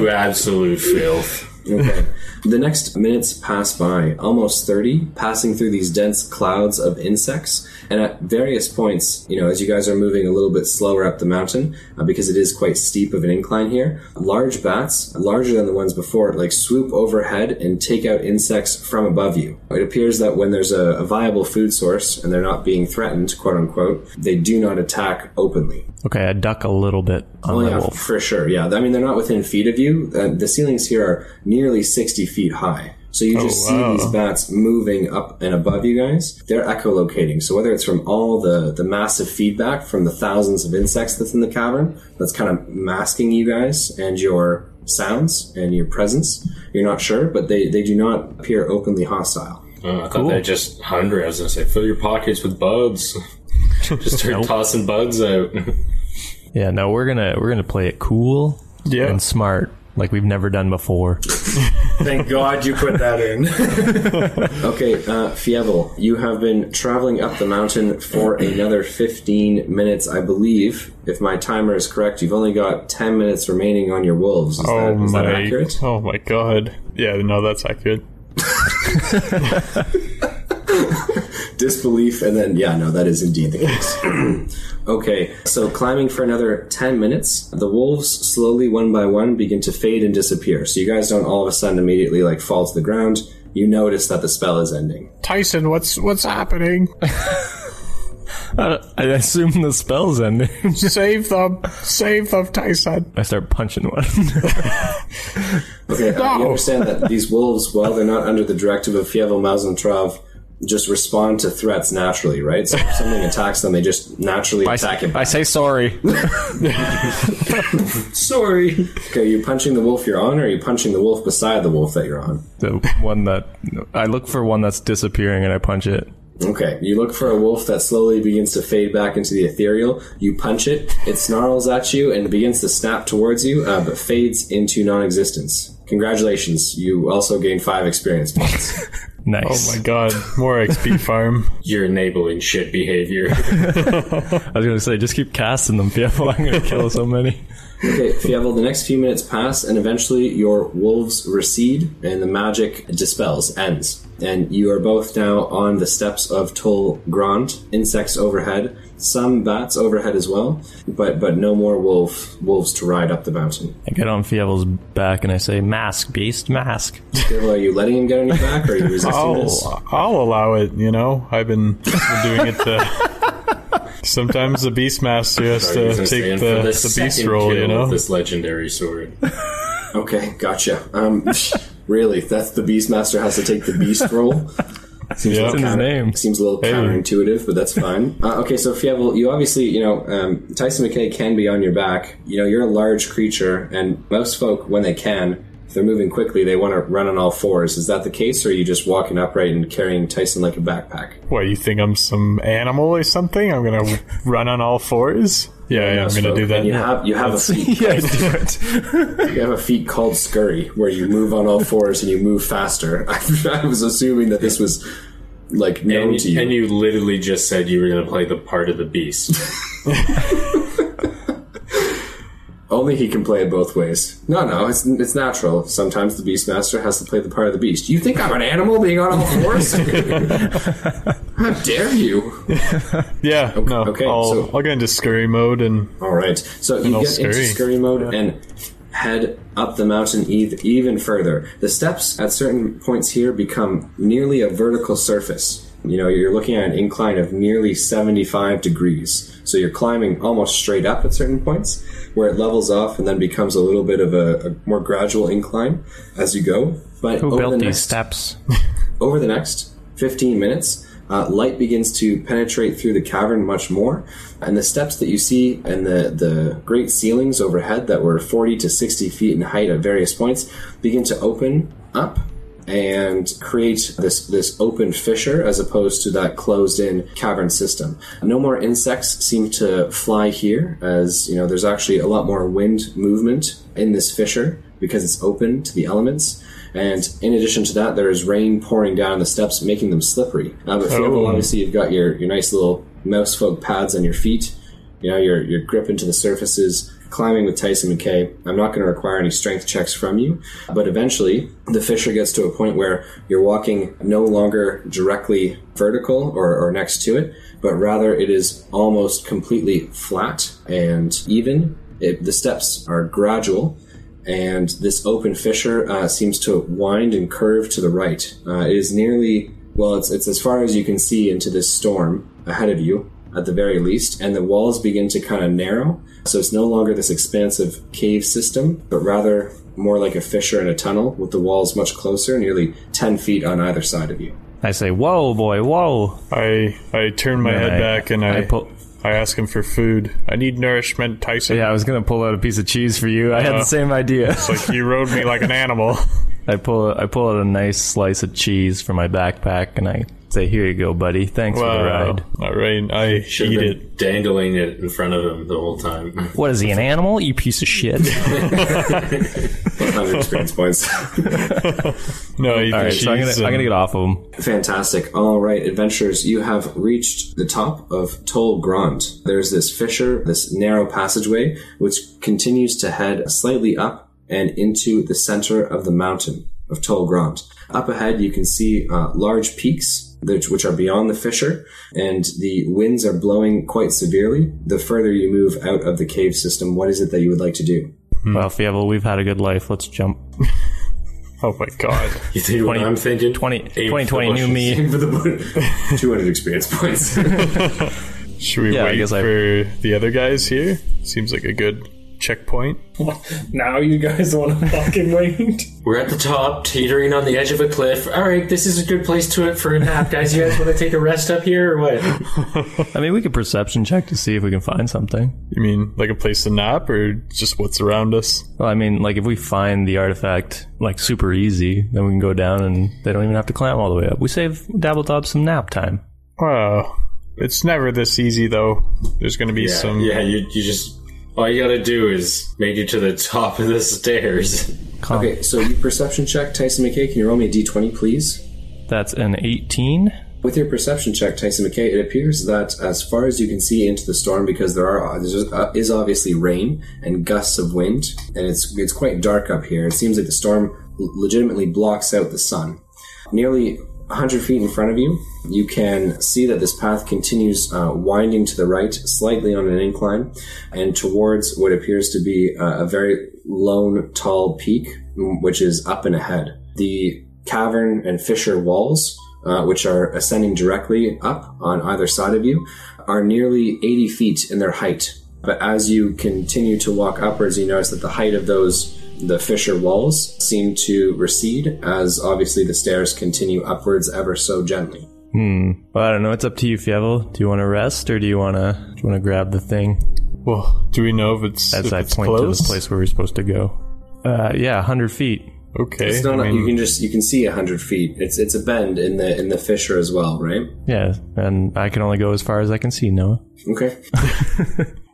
Speaker 4: absolute filth.
Speaker 2: Okay. the next minutes pass by, almost 30, passing through these dense clouds of insects. And at various points, you know, as you guys are moving a little bit slower up the mountain, uh, because it is quite steep of an incline here, large bats, larger than the ones before, like swoop overhead and take out insects from above you. It appears that when there's a, a viable food source and they're not being threatened, quote unquote, they do not attack openly.
Speaker 5: Okay, I duck a little bit
Speaker 2: Oh,
Speaker 5: on my
Speaker 2: yeah,
Speaker 5: wolf.
Speaker 2: for sure. Yeah, I mean they're not within feet of you. Uh, the ceilings here are nearly sixty feet high, so you just see
Speaker 3: wow.
Speaker 2: these bats moving up and above you guys. They're echolocating, so whether it's from all the the massive feedback from the thousands of insects that's in the cavern, that's kind of masking you guys and your sounds and your presence. You're not sure, but they they do not appear openly hostile.
Speaker 4: Oh, I thought they just hungry. I was gonna say, fill your pockets with bugs. Just start tossing bugs out.
Speaker 5: Yeah, no, we're gonna we're gonna play it cool
Speaker 3: yeah,
Speaker 5: and smart, like we've never done before.
Speaker 1: Thank God you put that in.
Speaker 2: Okay, uh, Fievel, you have been traveling up the mountain for another 15 minutes, I believe. If my timer is correct, you've only got 10 minutes remaining on your wolves. Is,
Speaker 3: Oh
Speaker 2: that, is
Speaker 3: my!
Speaker 2: that accurate?
Speaker 3: Oh my god! Yeah, no, that's accurate.
Speaker 2: Disbelief, and then, yeah, no, that is indeed the case. okay, so climbing for another 10 minutes, the wolves slowly, one by one, begin to fade and disappear. So you guys don't all of a sudden immediately, like, fall to the ground. You notice that the spell is ending.
Speaker 3: Tyson, what's what's happening?
Speaker 5: I, I assume the spell's ending.
Speaker 3: Save them! Save them, Tyson!
Speaker 5: I start punching one.
Speaker 2: Okay, you understand that these wolves, while they're not under the directive of Fievel Mazentrov, just respond to threats naturally, right? So if something attacks them, they just naturally attack it.
Speaker 5: I say sorry.
Speaker 2: Sorry. Okay, you're punching the wolf you're on, or are you punching the wolf beside the wolf that you're on?
Speaker 5: The one that I look for one that's disappearing and I punch it.
Speaker 2: Okay, you look for a wolf that slowly begins to fade back into the ethereal. You punch it, it snarls at you and begins to snap towards you, uh, but fades into non existence. Congratulations, you also gain five experience points.
Speaker 5: Nice.
Speaker 3: Oh my god, more XP farm.
Speaker 4: You're enabling shit behavior.
Speaker 5: I was gonna say, just keep casting them, Fievel. I'm gonna kill so many.
Speaker 2: Okay, Fievel, the next few minutes pass, and eventually your wolves recede, and the magic dispels, ends. And you are both now on the steps of Tol Grant, insects overhead, some bats overhead as well, but but no more wolf wolves to ride up the mountain.
Speaker 5: I get on Fievel's back and I say, "Mask, beast, mask."
Speaker 2: Fievel, are you letting him get on your back, or are you resisting this?
Speaker 3: I'll, I'll allow it, you know? I've been, been doing it to. Sometimes the Beastmaster has
Speaker 4: Sorry,
Speaker 3: to
Speaker 4: he's
Speaker 3: take
Speaker 4: saying
Speaker 3: the,
Speaker 4: for
Speaker 3: the beast
Speaker 4: second
Speaker 3: role,
Speaker 4: kill
Speaker 3: you
Speaker 4: with
Speaker 3: know?
Speaker 4: This legendary sword.
Speaker 2: Okay, gotcha. Um, really, that's the Beastmaster has to take the beast role. Seems
Speaker 3: Yeah.
Speaker 5: It's in his name.
Speaker 2: Seems a little counterintuitive, but that's fine. uh, okay, so Fievel, you obviously, you know, um, Tyson McKay can be on your back. You know, you're a large creature, and most folk, when they can, if they're moving quickly, they want to run on all fours. Is that the case, or are you just walking upright and carrying Tyson like a backpack?
Speaker 3: What, you think I'm some animal or something? I'm gonna run on all fours? Yeah, yeah I'm
Speaker 2: Most
Speaker 3: gonna
Speaker 2: folk.
Speaker 3: do
Speaker 2: And you
Speaker 3: that.
Speaker 2: have you have a feat,
Speaker 5: yeah, I do it.
Speaker 2: you have a feat called scurry, where you move on all fours and you move faster. I, was assuming that this was like known
Speaker 4: And
Speaker 2: to you.
Speaker 4: you, and you literally just said you were going to play the part of the beast.
Speaker 2: Only he can play it both ways. No, no, it's it's natural. Sometimes the Beastmaster has to play the part of the beast. You think I'm an animal being on all fours? How dare you?
Speaker 3: Yeah, no,
Speaker 2: okay,
Speaker 3: I'll,
Speaker 2: so-
Speaker 3: I'll get into scurry mode and
Speaker 2: All right, so you
Speaker 3: I'll
Speaker 2: get into
Speaker 3: scurry.
Speaker 2: scurry mode and head up the mountain ev- even further. The steps at certain points here become nearly a vertical surface. You know, you're looking at an incline of nearly 75 degrees. So you're climbing almost straight up at certain points, where it levels off and then becomes a little bit of a, a more gradual incline as you go. But
Speaker 5: Who
Speaker 2: over
Speaker 5: built
Speaker 2: the
Speaker 5: these
Speaker 2: next,
Speaker 5: steps?
Speaker 2: over the next 15 minutes, uh, light begins to penetrate through the cavern much more, and the steps that you see and the, the great ceilings overhead that were 40 to 60 feet in height at various points begin to open up and create this, this open fissure as opposed to that closed in cavern system. No more insects seem to fly here as, you know, there's actually a lot more wind movement in this fissure because it's open to the elements. And in addition to that, there is rain pouring down the steps, making them slippery. Uh, but Fievel, obviously, you've got your, your nice little mouse folk pads on your feet. You know, you're, you're gripping to the surfaces, climbing with Tyson McKay. I'm not going to require any strength checks from you, but eventually the fissure gets to a point where you're walking no longer directly vertical or, or next to it, but rather it is almost completely flat and even. It, the steps are gradual, and this open fissure uh, seems to wind and curve to the right. Uh, it is nearly, well, it's, it's as far as you can see into this storm ahead of you, at the very least, and the walls begin to kind of narrow. So it's no longer this expansive cave system, but rather more like a fissure in a tunnel with the walls much closer, nearly 10 feet on either side of you.
Speaker 5: I say, "Whoa, boy, whoa!"
Speaker 3: I I turn my
Speaker 5: And
Speaker 3: head
Speaker 5: I-
Speaker 3: back and I I,
Speaker 5: pull.
Speaker 3: ask him for food. I need nourishment, Tyson.
Speaker 5: Yeah, I was gonna pull out a piece of cheese for you. I had the same idea.
Speaker 3: It's like you rode me like an animal.
Speaker 5: I pull I pull out a nice slice of cheese from my backpack and I say, "Here you go, buddy. Thanks for the ride."
Speaker 3: All right, I
Speaker 4: Should've
Speaker 3: eat
Speaker 4: been
Speaker 3: it.
Speaker 4: Dangling it in front of him the whole time.
Speaker 5: What is he, an animal? You piece of shit.
Speaker 2: 100 experience points.
Speaker 3: No, eat
Speaker 5: All
Speaker 3: the
Speaker 5: right,
Speaker 3: cheese.
Speaker 5: so I'm gonna, I'm
Speaker 3: and-
Speaker 5: gonna get off of him.
Speaker 2: Fantastic. All right, adventurers, you have reached the top of Tol Grant. There's this fissure, this narrow passageway, which continues to head slightly up and into the center of the mountain of Tol Grant. Up ahead, you can see uh, large peaks, which, which are beyond the fissure, and the winds are blowing quite severely. The further you move out of the cave system, what is it that you would like to do?
Speaker 5: Well, Fievel, we've had a good life. Let's jump.
Speaker 3: oh my god.
Speaker 4: You think what
Speaker 5: 20
Speaker 4: I'm thinking?
Speaker 5: 20,
Speaker 4: Aim for the
Speaker 5: 2020, new
Speaker 4: bushes.
Speaker 5: me.
Speaker 2: For the 200 experience points.
Speaker 3: Should we
Speaker 5: Yeah, I
Speaker 3: wait
Speaker 5: guess I-
Speaker 3: for the other guys here? Seems like a good checkpoint.
Speaker 1: Now you guys want to fucking wait?
Speaker 4: We're at the top, teetering on the edge of a cliff. All right, this is a good place to for a nap, guys. You guys want to take a rest up here or what?
Speaker 5: I mean, we could perception check to see if we can find something.
Speaker 3: You mean like a place to nap or just what's around us?
Speaker 5: Well, I mean, like if we find the artifact like super easy, then we can go down and they don't even have to climb all the way up. We save Dabbledob some nap time.
Speaker 3: Wow. It's never this easy though. There's gonna be
Speaker 4: Yeah,
Speaker 3: some
Speaker 4: yeah. You you just all you gotta do is make it to the top of the stairs.
Speaker 5: Calm.
Speaker 2: Okay, so you perception check, Tyson McKay. Can you roll me a d20, please?
Speaker 5: That's an 18.
Speaker 2: With your perception check, Tyson McKay, it appears that as far as you can see into the storm, because there are there's, uh, is obviously rain and gusts of wind, and it's it's quite dark up here. It seems like the storm l- legitimately blocks out the sun. Nearly 100 feet in front of you, you can see that this path continues uh, winding to the right, slightly on an incline, and towards what appears to be uh, a very lone, tall peak, mm, which is up and ahead. The cavern and fissure walls, uh, which are ascending directly up on either side of you, are nearly 80 feet in their height. But as you continue to walk upwards, you notice that the height of those the fissure walls seem to recede as obviously the stairs continue upwards ever so gently.
Speaker 5: Hmm. Well, I don't know. It's up to you, Fievel. Do you want to rest or do you want to do you want to grab the thing
Speaker 3: Well, do we know if it's
Speaker 5: as
Speaker 3: if
Speaker 5: I
Speaker 3: it's
Speaker 5: point
Speaker 3: close?
Speaker 5: to the place where we're supposed to go? Uh, yeah, 100 feet.
Speaker 3: Okay.
Speaker 2: It's not
Speaker 3: I mean,
Speaker 2: you can just you can see hundred feet. It's it's a bend in the in the fissure as well, right?
Speaker 5: Yeah, and I can only go as far as I can see, Noah.
Speaker 2: Okay.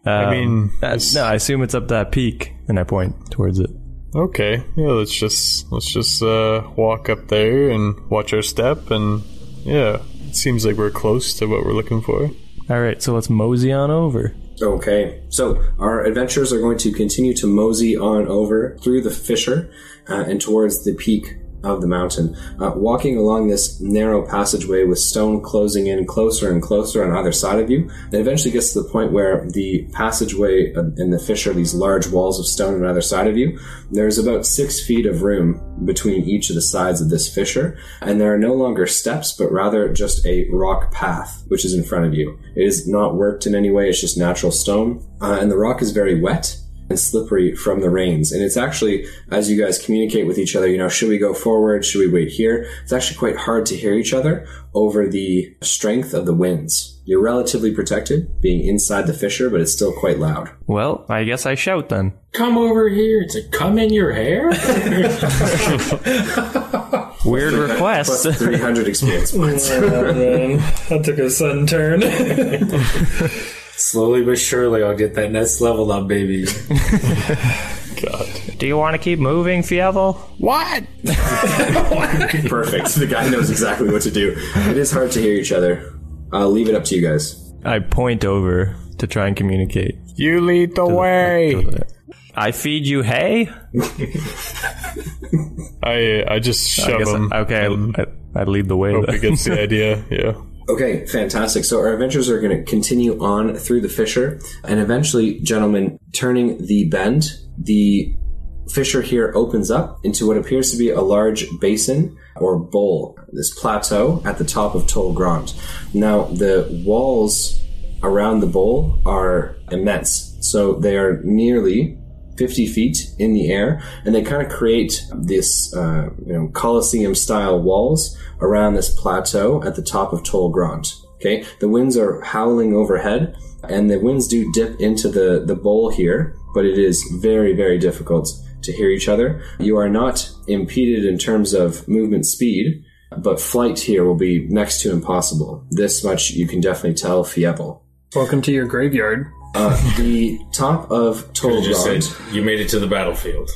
Speaker 3: I mean
Speaker 5: Uh,
Speaker 3: it's-
Speaker 5: no, I assume it's up that peak, and I point towards it.
Speaker 3: Okay. Yeah, let's just let's just uh, walk up there and watch our step, and yeah, it seems like we're close to what we're looking for.
Speaker 5: All right, so let's mosey on over.
Speaker 2: Okay, so our adventurers are going to continue to mosey on over through the fissure uh, and towards the peak of the mountain, uh, walking along this narrow passageway with stone closing in closer and closer on either side of you. It eventually gets to the point where the passageway uh, and the fissure, these large walls of stone on either side of you, there's about six feet of room between each of the sides of this fissure, and there are no longer steps, but rather just a rock path, which is in front of you. It is not worked in any way, it's just natural stone. Uh, and the rock is very wet and slippery from the rains. And it's actually, as you guys communicate with each other, you know, should we go forward? Should we wait here? It's actually quite hard to hear each other over the strength of the winds. You're relatively protected being inside the fissure, but it's still quite loud.
Speaker 5: Well, I guess I shout then.
Speaker 4: Come over here. It's a come in your hair.
Speaker 5: Weird request.
Speaker 2: Plus 300 experience points.
Speaker 1: Oh, man. That took a sudden turn.
Speaker 4: Slowly but surely, I'll get that next level up, baby.
Speaker 3: God.
Speaker 5: Do you want to keep moving, Fievel?
Speaker 3: What?
Speaker 2: Perfect. The guy knows exactly what to do. It is hard to hear each other. I'll leave it up to you guys.
Speaker 5: I point over to try and communicate.
Speaker 3: You lead the way.
Speaker 5: I feed you hay.
Speaker 3: I I just
Speaker 5: I
Speaker 3: shove
Speaker 5: guess.
Speaker 3: him.
Speaker 5: I, okay, I, I lead the way.
Speaker 3: Hope
Speaker 5: then.
Speaker 3: he gets the idea. Yeah.
Speaker 2: Okay, fantastic. So our adventures are going to continue on through the fissure, and eventually, gentlemen, turning the bend, the fissure here opens up into what appears to be a large basin or bowl, this plateau at the top of Tol Grant. Now, the walls around the bowl are immense, so they are nearly 50 feet in the air, and they kind of create this, uh, you know, Colosseum style walls around this plateau at the top of Tol Grant. Okay, the winds are howling overhead, and the winds do dip into the, the bowl here, but it is very, very difficult to hear each other. You are not impeded in terms of movement speed, but flight here will be next to impossible. This much you can definitely tell Fievel.
Speaker 1: Welcome to your graveyard.
Speaker 2: Uh, the top of Tol
Speaker 4: You just said
Speaker 2: Grant.
Speaker 4: you made it to the battlefield.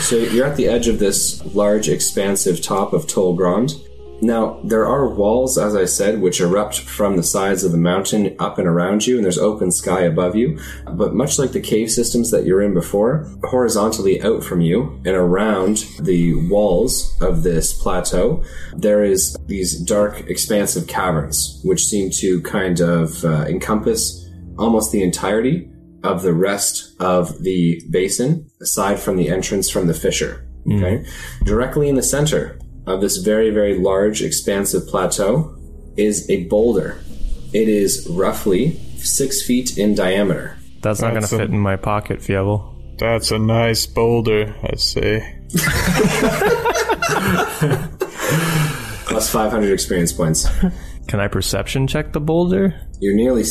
Speaker 2: So you're at the edge of this large, expansive top of Tol Grond. Now, there are walls, as I said, which erupt from the sides of the mountain up and around you, and there's open sky above you. But much like the cave systems that you're in before, horizontally out from you and around the walls of this plateau, there is these dark, expansive caverns, which seem to kind of uh, encompass almost the entirety of the rest of the basin, aside from the entrance from the fissure.
Speaker 5: Mm.
Speaker 2: Okay. Directly in the center of this very, very large, expansive plateau is a boulder. It is roughly six feet in diameter.
Speaker 5: That's not going to
Speaker 3: That's a-
Speaker 5: fit in my pocket, Fievel.
Speaker 3: That's a nice boulder, I say.
Speaker 2: Plus 500 experience points.
Speaker 5: Can I perception check the boulder?
Speaker 2: You're nearly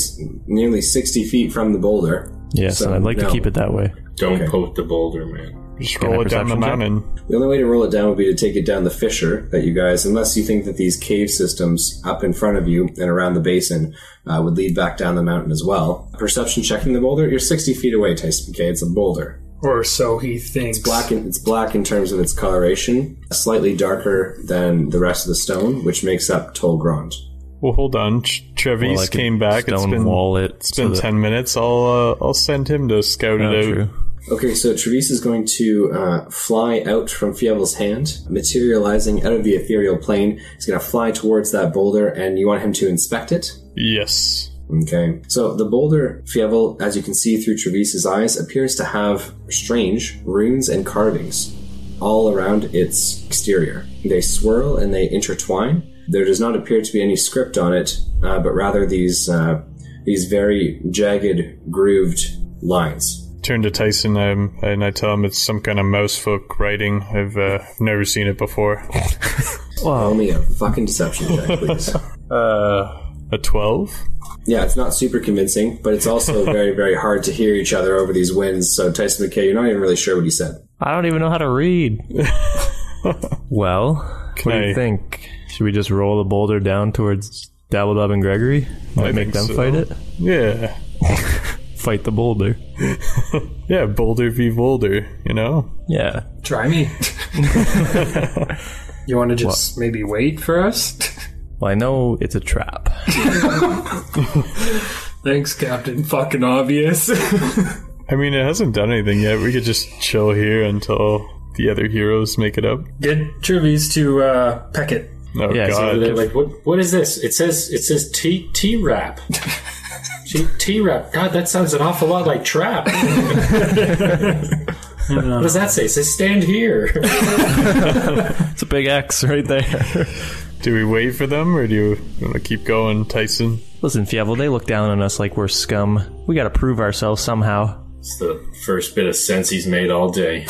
Speaker 2: nearly 60 feet from the boulder.
Speaker 5: Yes,
Speaker 2: So,
Speaker 5: and I'd like
Speaker 2: no.
Speaker 5: to keep it that way.
Speaker 4: Don't poke the boulder, man.
Speaker 3: Just
Speaker 5: Can I
Speaker 3: roll it down the
Speaker 5: perception check?
Speaker 3: mountain.
Speaker 2: The only way to roll it down would be to take it down the fissure that you guys, unless you think that these cave systems up in front of you and around the basin uh, would lead back down the mountain as well. Perception check from the boulder. You're 60 feet away, Tyson. Okay, it's a boulder.
Speaker 1: Or so he thinks.
Speaker 2: Black. In, it's black in terms of its coloration, slightly darker than the rest of the stone, which makes up Tolgrond.
Speaker 3: Well, hold on. Ch- Trevis
Speaker 5: Like a
Speaker 3: came back. It's
Speaker 5: Stone
Speaker 3: been,
Speaker 5: wall it.
Speaker 3: it's been 10 minutes. I'll, uh, I'll send him to scout
Speaker 5: No,
Speaker 3: it out.
Speaker 5: true.
Speaker 2: Okay, so Travis is going to uh, fly out from Fievel's hand, materializing out of the ethereal plane. He's going to fly towards that boulder, and you want him to inspect it.
Speaker 3: Yes.
Speaker 2: Okay. So the boulder, Fievel, as you can see through Travis's eyes, appears to have strange runes and carvings all around its exterior. They swirl and they intertwine. There does not appear to be any script on it, uh, but rather these uh, these very jagged, grooved lines.
Speaker 3: Turn to Tyson um, and I tell him it's some kind of mouse folk writing. I've uh, never seen it before.
Speaker 2: Roll me a fucking deception check, please.
Speaker 3: Uh, a 12?
Speaker 2: yeah, it's not super convincing, but it's also very, very hard to hear each other over these winds. So Tyson McKay, you're not even really sure what he said.
Speaker 5: I don't even know how to read. well, what do
Speaker 3: I-
Speaker 5: you think? Should we just roll the boulder down towards Dabbledub and Gregory?
Speaker 3: I
Speaker 5: Might make
Speaker 3: think
Speaker 5: them
Speaker 3: so.
Speaker 5: fight it?
Speaker 3: Yeah.
Speaker 5: Fight the boulder.
Speaker 3: Yeah, boulder v boulder, you know?
Speaker 5: Yeah.
Speaker 1: Try me. you want to just maybe wait for us?
Speaker 5: Well, I know it's a trap.
Speaker 1: Thanks, Captain. Fucking obvious.
Speaker 3: I mean, it hasn't done anything yet. We could just chill here until the other heroes make it up.
Speaker 1: Get Trivies to uh, peck it.
Speaker 3: Oh,
Speaker 5: Yeah, so
Speaker 3: God.
Speaker 4: They're like, what? What is this? It says it says T T rap. T rap. God, that sounds an awful lot like trap. what does that say? It says stand here.
Speaker 5: It's a big X right there.
Speaker 3: do we wait for them or do you want to keep going, Tyson?
Speaker 5: Listen, Fievel, they look down on us like we're scum. We gotta prove ourselves somehow.
Speaker 4: It's the first bit of sense he's made all day.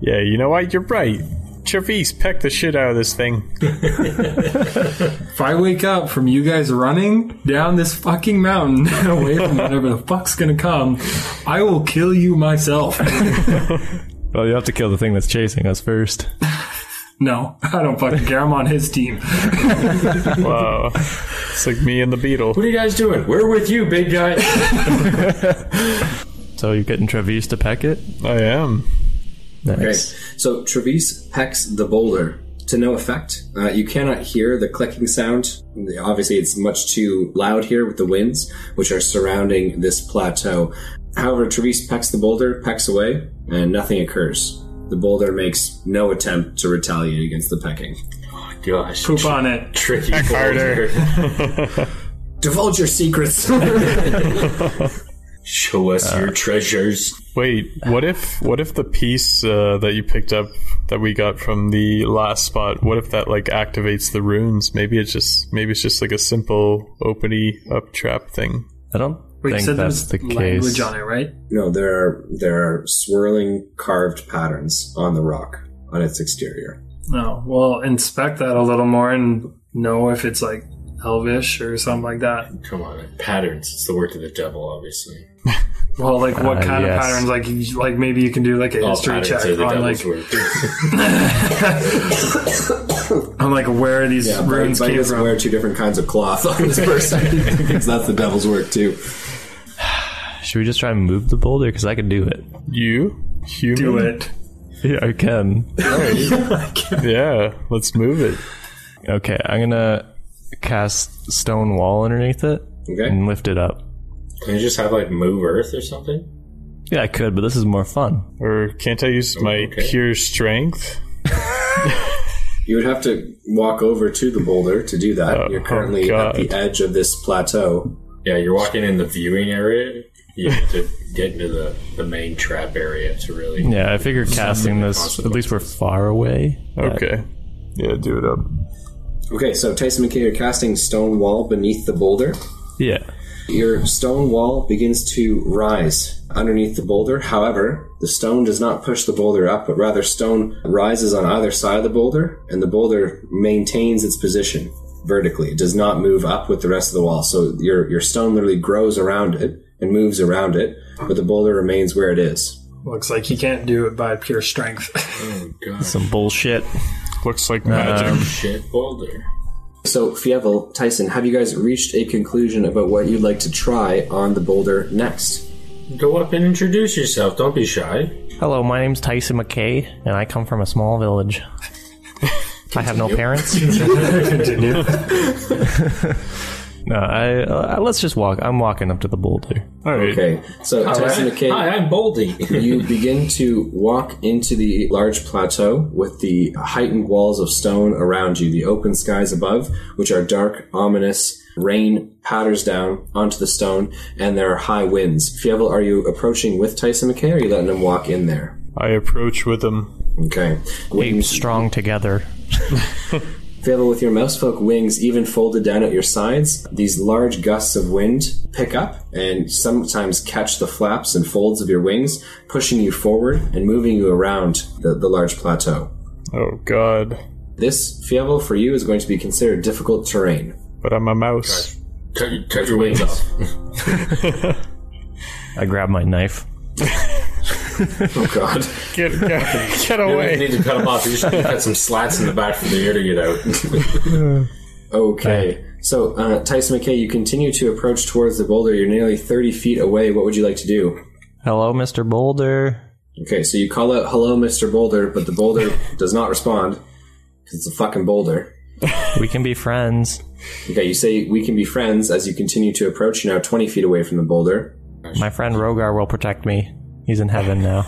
Speaker 3: Yeah, you know what? You're right. Travis, peck the shit out of this thing.
Speaker 1: If I wake up from you guys running down this fucking mountain away from whatever the fuck's gonna come, I will kill you myself.
Speaker 5: Well, you have to kill the thing that's chasing us first.
Speaker 1: No, I don't fucking care. I'm on his team.
Speaker 3: Wow. it's like me and the beetle.
Speaker 4: What are you guys doing? We're with you, big guy.
Speaker 5: So you're getting Travis to peck it?
Speaker 3: I am.
Speaker 2: Okay.
Speaker 5: Nice.
Speaker 2: So Travis pecks the boulder to no effect. Uh, you cannot hear the clicking sound. Obviously, it's much too loud here with the winds, which are surrounding this plateau. However, Travis pecks the boulder, pecks away, and nothing occurs. The boulder makes no attempt to retaliate against the pecking.
Speaker 4: Gosh,
Speaker 1: Poop on it.
Speaker 4: tricky harder.
Speaker 2: Divulge your secrets.
Speaker 4: Show
Speaker 1: Uh,
Speaker 4: us your treasures.
Speaker 3: Wait, what if what if the piece uh, that you picked up that we got from the last spot? What if that like activates the runes? Maybe it's just maybe it's just like a simple openy up trap thing.
Speaker 5: I don't
Speaker 1: Wait,
Speaker 5: think
Speaker 1: so
Speaker 5: that's
Speaker 1: there's
Speaker 5: the
Speaker 1: language
Speaker 5: case.
Speaker 1: on it, right?
Speaker 2: no, there are there are swirling carved patterns on the rock on its exterior.
Speaker 1: No. Well, inspect that a little more and know if it's like Elvish or something like that.
Speaker 4: Come on, patterns. It's the work of the devil, obviously.
Speaker 1: Well, like what
Speaker 5: Ah,
Speaker 1: kind
Speaker 5: yes.
Speaker 1: of patterns? Like, you- like maybe you can do like a
Speaker 4: All
Speaker 1: history
Speaker 4: patterns
Speaker 1: check
Speaker 4: are the
Speaker 1: on
Speaker 4: devil's
Speaker 1: like
Speaker 4: work.
Speaker 1: on like where these
Speaker 2: Yeah, Brian,
Speaker 1: runes
Speaker 2: Brian
Speaker 1: came
Speaker 2: doesn't
Speaker 1: from.
Speaker 2: wear two different kinds of cloth on his person. because that's the devil's work too.
Speaker 5: Should we just try and move the boulder? Because I can do it.
Speaker 3: You human?
Speaker 1: Do it.
Speaker 5: Yeah, I can.
Speaker 3: Yeah, let's move it.
Speaker 5: Okay, I'm gonna cast stone wall underneath it
Speaker 2: Okay.
Speaker 5: and lift it up.
Speaker 4: Can you just have like move Earth or something?
Speaker 5: Yeah, I could, but this is more fun.
Speaker 3: Or can't I use my
Speaker 4: okay.
Speaker 3: pure strength?
Speaker 2: You would have to walk over to the boulder to do that.
Speaker 3: Oh,
Speaker 2: You're currently at
Speaker 3: oh, God.
Speaker 2: the edge of this plateau.
Speaker 4: Yeah, you're walking in the viewing area. You have to get into the, the main trap area to really.
Speaker 5: Yeah, I figure casting this, at least we're far away.
Speaker 3: Okay. Yeah, do it up.
Speaker 2: Okay, so Tyson McKay, you're casting Stone Wall beneath the boulder.
Speaker 5: Yeah.
Speaker 2: Your stone wall begins to rise underneath the boulder. However, the stone does not push the boulder up, but rather stone rises on either side of the boulder, and the boulder maintains its position vertically. It does not move up with the rest of the wall. So your your stone literally grows around it and moves around it, but the boulder remains where it is.
Speaker 1: Looks like he can't do it by pure
Speaker 4: Oh
Speaker 1: strength.
Speaker 5: Some bullshit.
Speaker 3: Looks like magic.
Speaker 4: Um, Shit, Boulder.
Speaker 2: So, Fievel, Tyson, have you guys reached a conclusion about what you'd like to try on the boulder next?
Speaker 4: Go up and introduce yourself. Don't be shy.
Speaker 5: Hello, my name's Tyson McKay, and I come from a small village. I have no parents.
Speaker 1: Continue.
Speaker 5: No, I uh, let's just walk. I'm walking up to the boulder.
Speaker 3: All right.
Speaker 2: Okay, so Tyson McKay.
Speaker 4: Hi, I'm Boldy.
Speaker 2: you begin to walk into the large plateau with the heightened walls of stone around you, the open skies above, which are dark, ominous. Rain patters down onto the stone, and there are high winds. Fievel, are you approaching with Tyson McKay, or are you letting him walk in there?
Speaker 3: I approach with him.
Speaker 2: Okay.
Speaker 5: We're
Speaker 2: Wings,
Speaker 5: strong together.
Speaker 2: Fievel, with your mousefolk wings even folded down at your sides, these large gusts of wind pick up and sometimes catch the flaps and folds of your wings, pushing you forward and moving you around the, the large plateau.
Speaker 3: Oh God!
Speaker 2: This Fievel for you is going to be considered difficult terrain.
Speaker 3: But I'm a mouse.
Speaker 4: cut, your- cut your wings off.
Speaker 5: I grab my knife.
Speaker 2: Oh God!
Speaker 3: Get, get, get
Speaker 4: You don't
Speaker 3: away!
Speaker 4: need to cut them off. You just need to cut some slats in the back for the ear to get out.
Speaker 2: okay. So uh, Tyson McKay, you continue to approach towards the boulder. You're nearly thirty feet away. What would you like to do?
Speaker 5: Hello, Mr. Boulder.
Speaker 2: Okay, so you call out "Hello, Mr. Boulder," but the boulder does not respond 'cause it's a fucking boulder.
Speaker 5: We can be friends.
Speaker 2: Okay, you say we can be friends as you continue to approach. You're now twenty feet away from the boulder.
Speaker 5: My friend Rogar will protect me. He's in heaven now.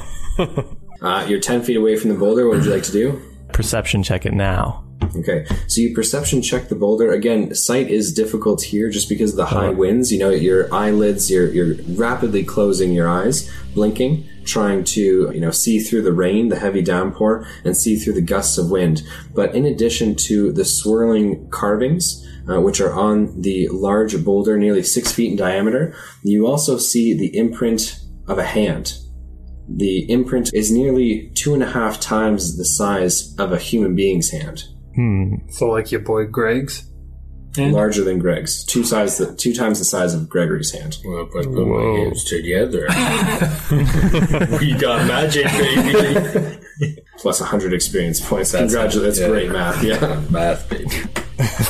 Speaker 2: Uh, you're ten feet away from the boulder. What would you like to do?
Speaker 5: Perception check it now.
Speaker 2: Okay, so you perception check the boulder again. Sight is difficult here just because of the high winds. You know, your eyelids, you're you're rapidly closing your eyes, blinking, trying to you know see through the rain, the heavy downpour, and see through the gusts of wind. But in addition to the swirling carvings, uh, which are on the large boulder, nearly six feet in diameter, you also see the imprint of a hand. The imprint is nearly two and a half times the size of a human being's hand
Speaker 1: so, like your boy Greg's.
Speaker 2: larger than Greg's, two size the, two times the size of Gregory's hand.
Speaker 4: Well, put, put my hands together. we got magic, baby.
Speaker 2: Plus 100 experience points. Congratulations, that's
Speaker 4: yeah.
Speaker 2: great math. Yeah.
Speaker 4: Math, baby.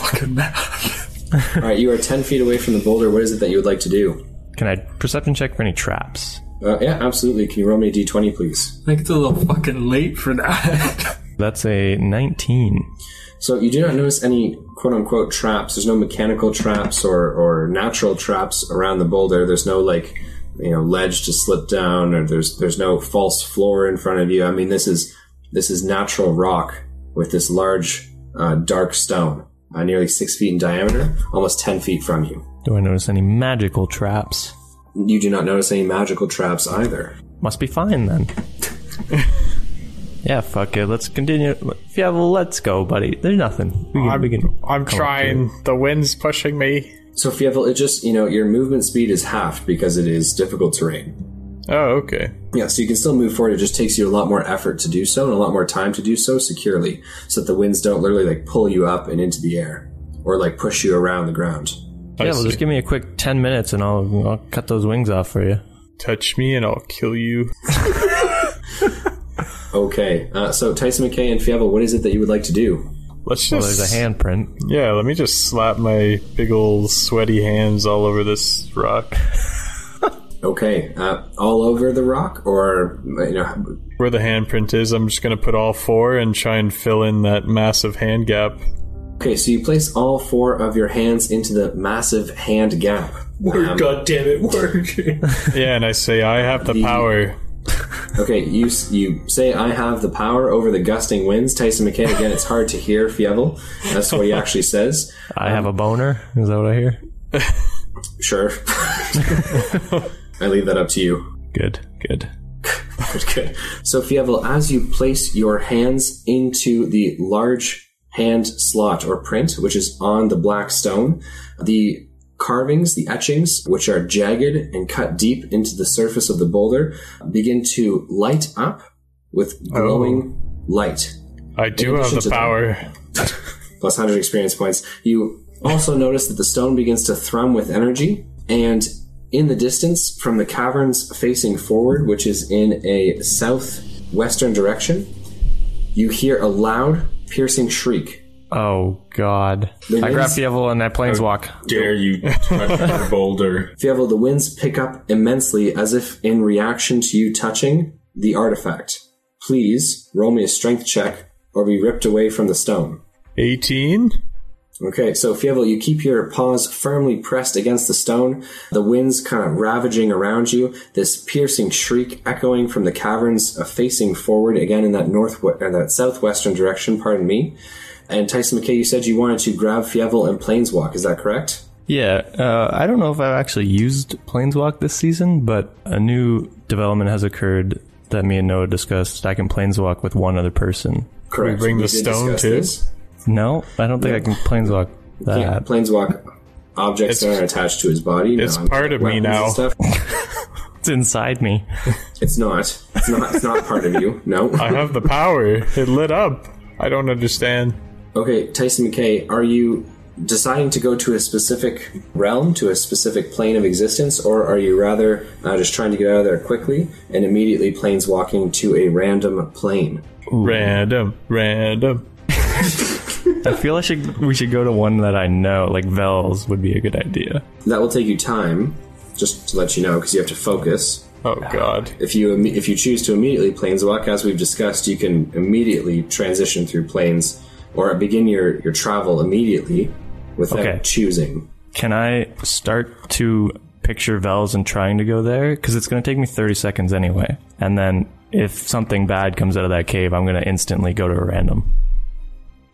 Speaker 1: Fucking
Speaker 2: All right, you are 10 feet away from the boulder. What is it that you would like to do?
Speaker 5: Can I perception check for any traps?
Speaker 2: Uh, yeah, absolutely. Can you roll me a d20, please?
Speaker 1: I think it's a little fucking late for that.
Speaker 5: That's a 19.
Speaker 2: So you do not notice any quote unquote traps. There's no mechanical traps or or natural traps around the boulder. There's no like you know ledge to slip down or there's there's no false floor in front of you. I mean this is this is natural rock with this large uh, dark stone, uh, nearly six feet in diameter, almost ten feet from you.
Speaker 5: Do I notice any magical traps?
Speaker 2: You do not notice any magical traps either.
Speaker 5: Must be fine then. yeah, fuck it. Let's continue. Yeah, well, let's go, buddy. There's nothing. We can, we can.
Speaker 3: I'm trying. The wind's pushing me.
Speaker 2: So Fievel, it just you know your movement speed is halved because it is difficult terrain.
Speaker 3: Oh, okay.
Speaker 2: Yeah, so you can still move forward. It just takes you a lot more effort to do so and a lot more time to do so securely, so that the winds don't literally like pull you up and into the air or like push you around the ground.
Speaker 3: I
Speaker 5: Yeah, well,
Speaker 3: see.
Speaker 5: just give me a quick 10 minutes and I'll, I'll cut those wings off for you.
Speaker 3: Touch me and I'll kill you.
Speaker 2: Okay, uh, so Tyson McKay and Fievel, what is it that you would like to do?
Speaker 3: Let's just.
Speaker 5: Well, there's a handprint.
Speaker 3: Yeah, let me just slap my big old sweaty hands all over this rock.
Speaker 2: Okay, uh, all over the rock, or you know,
Speaker 3: Where the handprint is, I'm just gonna put all four and try and fill in that massive hand gap.
Speaker 2: okay, so you place all four of your hands into the massive hand gap. Um,
Speaker 4: God damn it, work.
Speaker 3: Yeah, and I say I have the power.
Speaker 2: Okay, you you say I have the power over the gusting winds, Tyson McKay. Again, it's hard to hear Fievel. That's what he actually says.
Speaker 5: I have a boner. Is that what I hear?
Speaker 2: Sure. I leave that up to you.
Speaker 5: Good, good.
Speaker 2: Good, good. So, Fievel, as you place your hands into the large hand slot or print, which is on the black stone. The carvings, the etchings, which are jagged and cut deep into the surface of the boulder, begin to light up with glowing light.
Speaker 3: I do have
Speaker 2: addition to
Speaker 3: the
Speaker 2: that-
Speaker 3: power.
Speaker 2: plus 100 experience points. You also notice that the stone begins to thrum with energy, and in the distance from the caverns facing forward, which is in a southwestern direction, you hear a loud, piercing shriek.
Speaker 5: Oh God! I grab Fievel and I planeswalk.
Speaker 4: Dare you touch the boulder?
Speaker 2: Fievel, the winds pick up immensely as if in reaction to you touching the artifact. Please roll me a strength check or be ripped away from the stone.
Speaker 3: 18?
Speaker 2: Okay, so Fievel, you keep your paws firmly pressed against the stone, the winds kind of ravaging around you, this piercing shriek echoing from the caverns uh, facing forward again in that north or that southwestern direction, pardon me. And Tyson McKay, you said you wanted to grab Fievel and Planeswalk, is that correct?
Speaker 5: Yeah, uh, I don't know if I've actually used Planeswalk this season, but a new development has occurred that me and Noah discussed. I can Planeswalk with one other person.
Speaker 2: Correct.
Speaker 3: bring the
Speaker 2: did
Speaker 3: stone
Speaker 2: discuss
Speaker 3: too?
Speaker 2: this.
Speaker 5: No, I don't think I can Planeswalk that.
Speaker 2: Yeah, Planeswalk objects that
Speaker 3: It's-
Speaker 2: are attached to his body.
Speaker 3: it's
Speaker 2: I'm-
Speaker 3: part of me
Speaker 2: weapons and
Speaker 3: now.
Speaker 2: stuff.
Speaker 5: It's inside me.
Speaker 2: It's not. It's not. It's not part of you. No.
Speaker 3: I have the power. It lit up. I don't understand.
Speaker 2: Okay, Tyson McKay, are you deciding to go to a specific realm, to a specific plane of existence, or are you rather uh, just trying to get out of there quickly and immediately planeswalking to a random plane?
Speaker 3: Random, random.
Speaker 5: I feel I should we should go to one that I know, like Vels would be a good idea.
Speaker 2: That will take you time, just to let you know, because you have to focus.
Speaker 3: Oh god.
Speaker 2: If you imme- if you choose to immediately planeswalk, as we've discussed, you can immediately transition through planes or begin your, your travel immediately without
Speaker 5: Okay.
Speaker 2: choosing.
Speaker 5: Can I start to picture Vels and trying to go there? Because it's going to take me 30 seconds anyway. And then if something bad comes out of that cave, I'm going to instantly go to a random.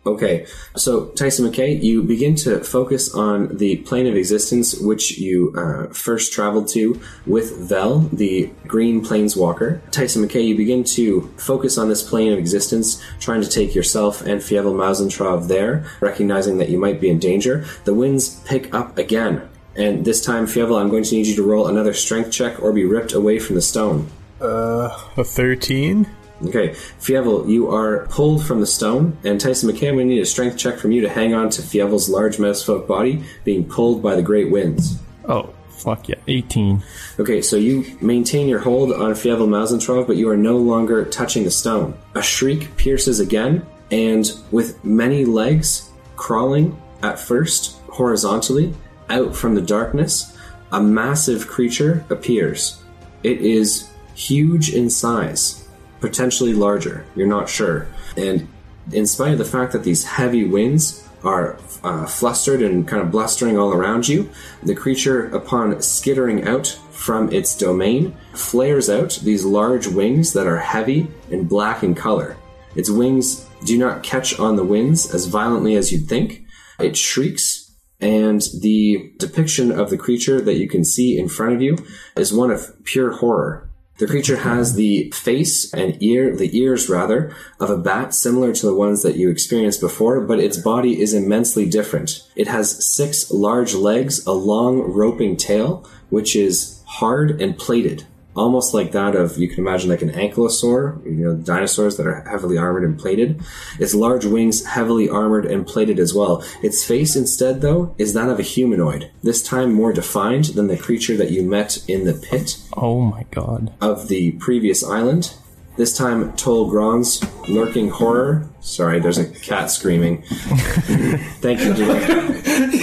Speaker 2: Okay, so Tyson McKay, you begin to focus on the plane of existence which you uh, first traveled to with Vel, the green planeswalker. Tyson McKay, you begin to focus on this plane of existence, trying to take yourself and Fievel Mausentrov there, recognizing that you might be in danger. The winds pick up again, and this time, Fievel, I'm going to need you to roll another strength check or be ripped away from the stone.
Speaker 3: A 13?
Speaker 2: Okay, Fievel, you are pulled from the stone, and Tyson McCann, we need a strength check from you to hang on to Fievel's large mesophobe body being pulled by the great winds.
Speaker 5: Oh, fuck yeah. 18.
Speaker 2: Okay, so you maintain your hold on Fievel Mazentrov, but you are no longer touching the stone. A shriek pierces again, and with many legs crawling at first horizontally out from the darkness, a massive creature appears. It is huge in size, potentially larger, you're not sure. And in spite of the fact that these heavy winds are uh, flustered and kind of blustering all around you, the creature, upon skittering out from its domain, flares out these large wings that are heavy and black in color. Its wings do not catch on the winds as violently as you'd think. It shrieks, and the depiction of the creature that you can see in front of you is one of pure horror. The creature has the face and ear, the ears rather, of a bat similar to the ones that you experienced before, but its body is immensely different. It has six large legs, a long roping tail, which is hard and plated. Almost like that of, you can imagine like an ankylosaur, you know, dinosaurs that are heavily armored and plated. Its large wings heavily armored and plated as well. Its face instead though is that of a humanoid, this time more defined than the creature that you met in the pit
Speaker 5: Oh my god.
Speaker 2: of the previous island. This time, Tol Gron's lurking horror. Sorry, there's a cat screaming. Thank you, Julie.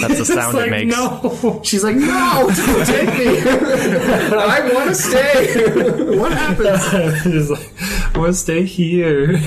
Speaker 5: That's the sound it makes.
Speaker 1: No.
Speaker 2: She's like, no, don't take me. I want to stay. what happens?
Speaker 1: It's like, I want to stay here.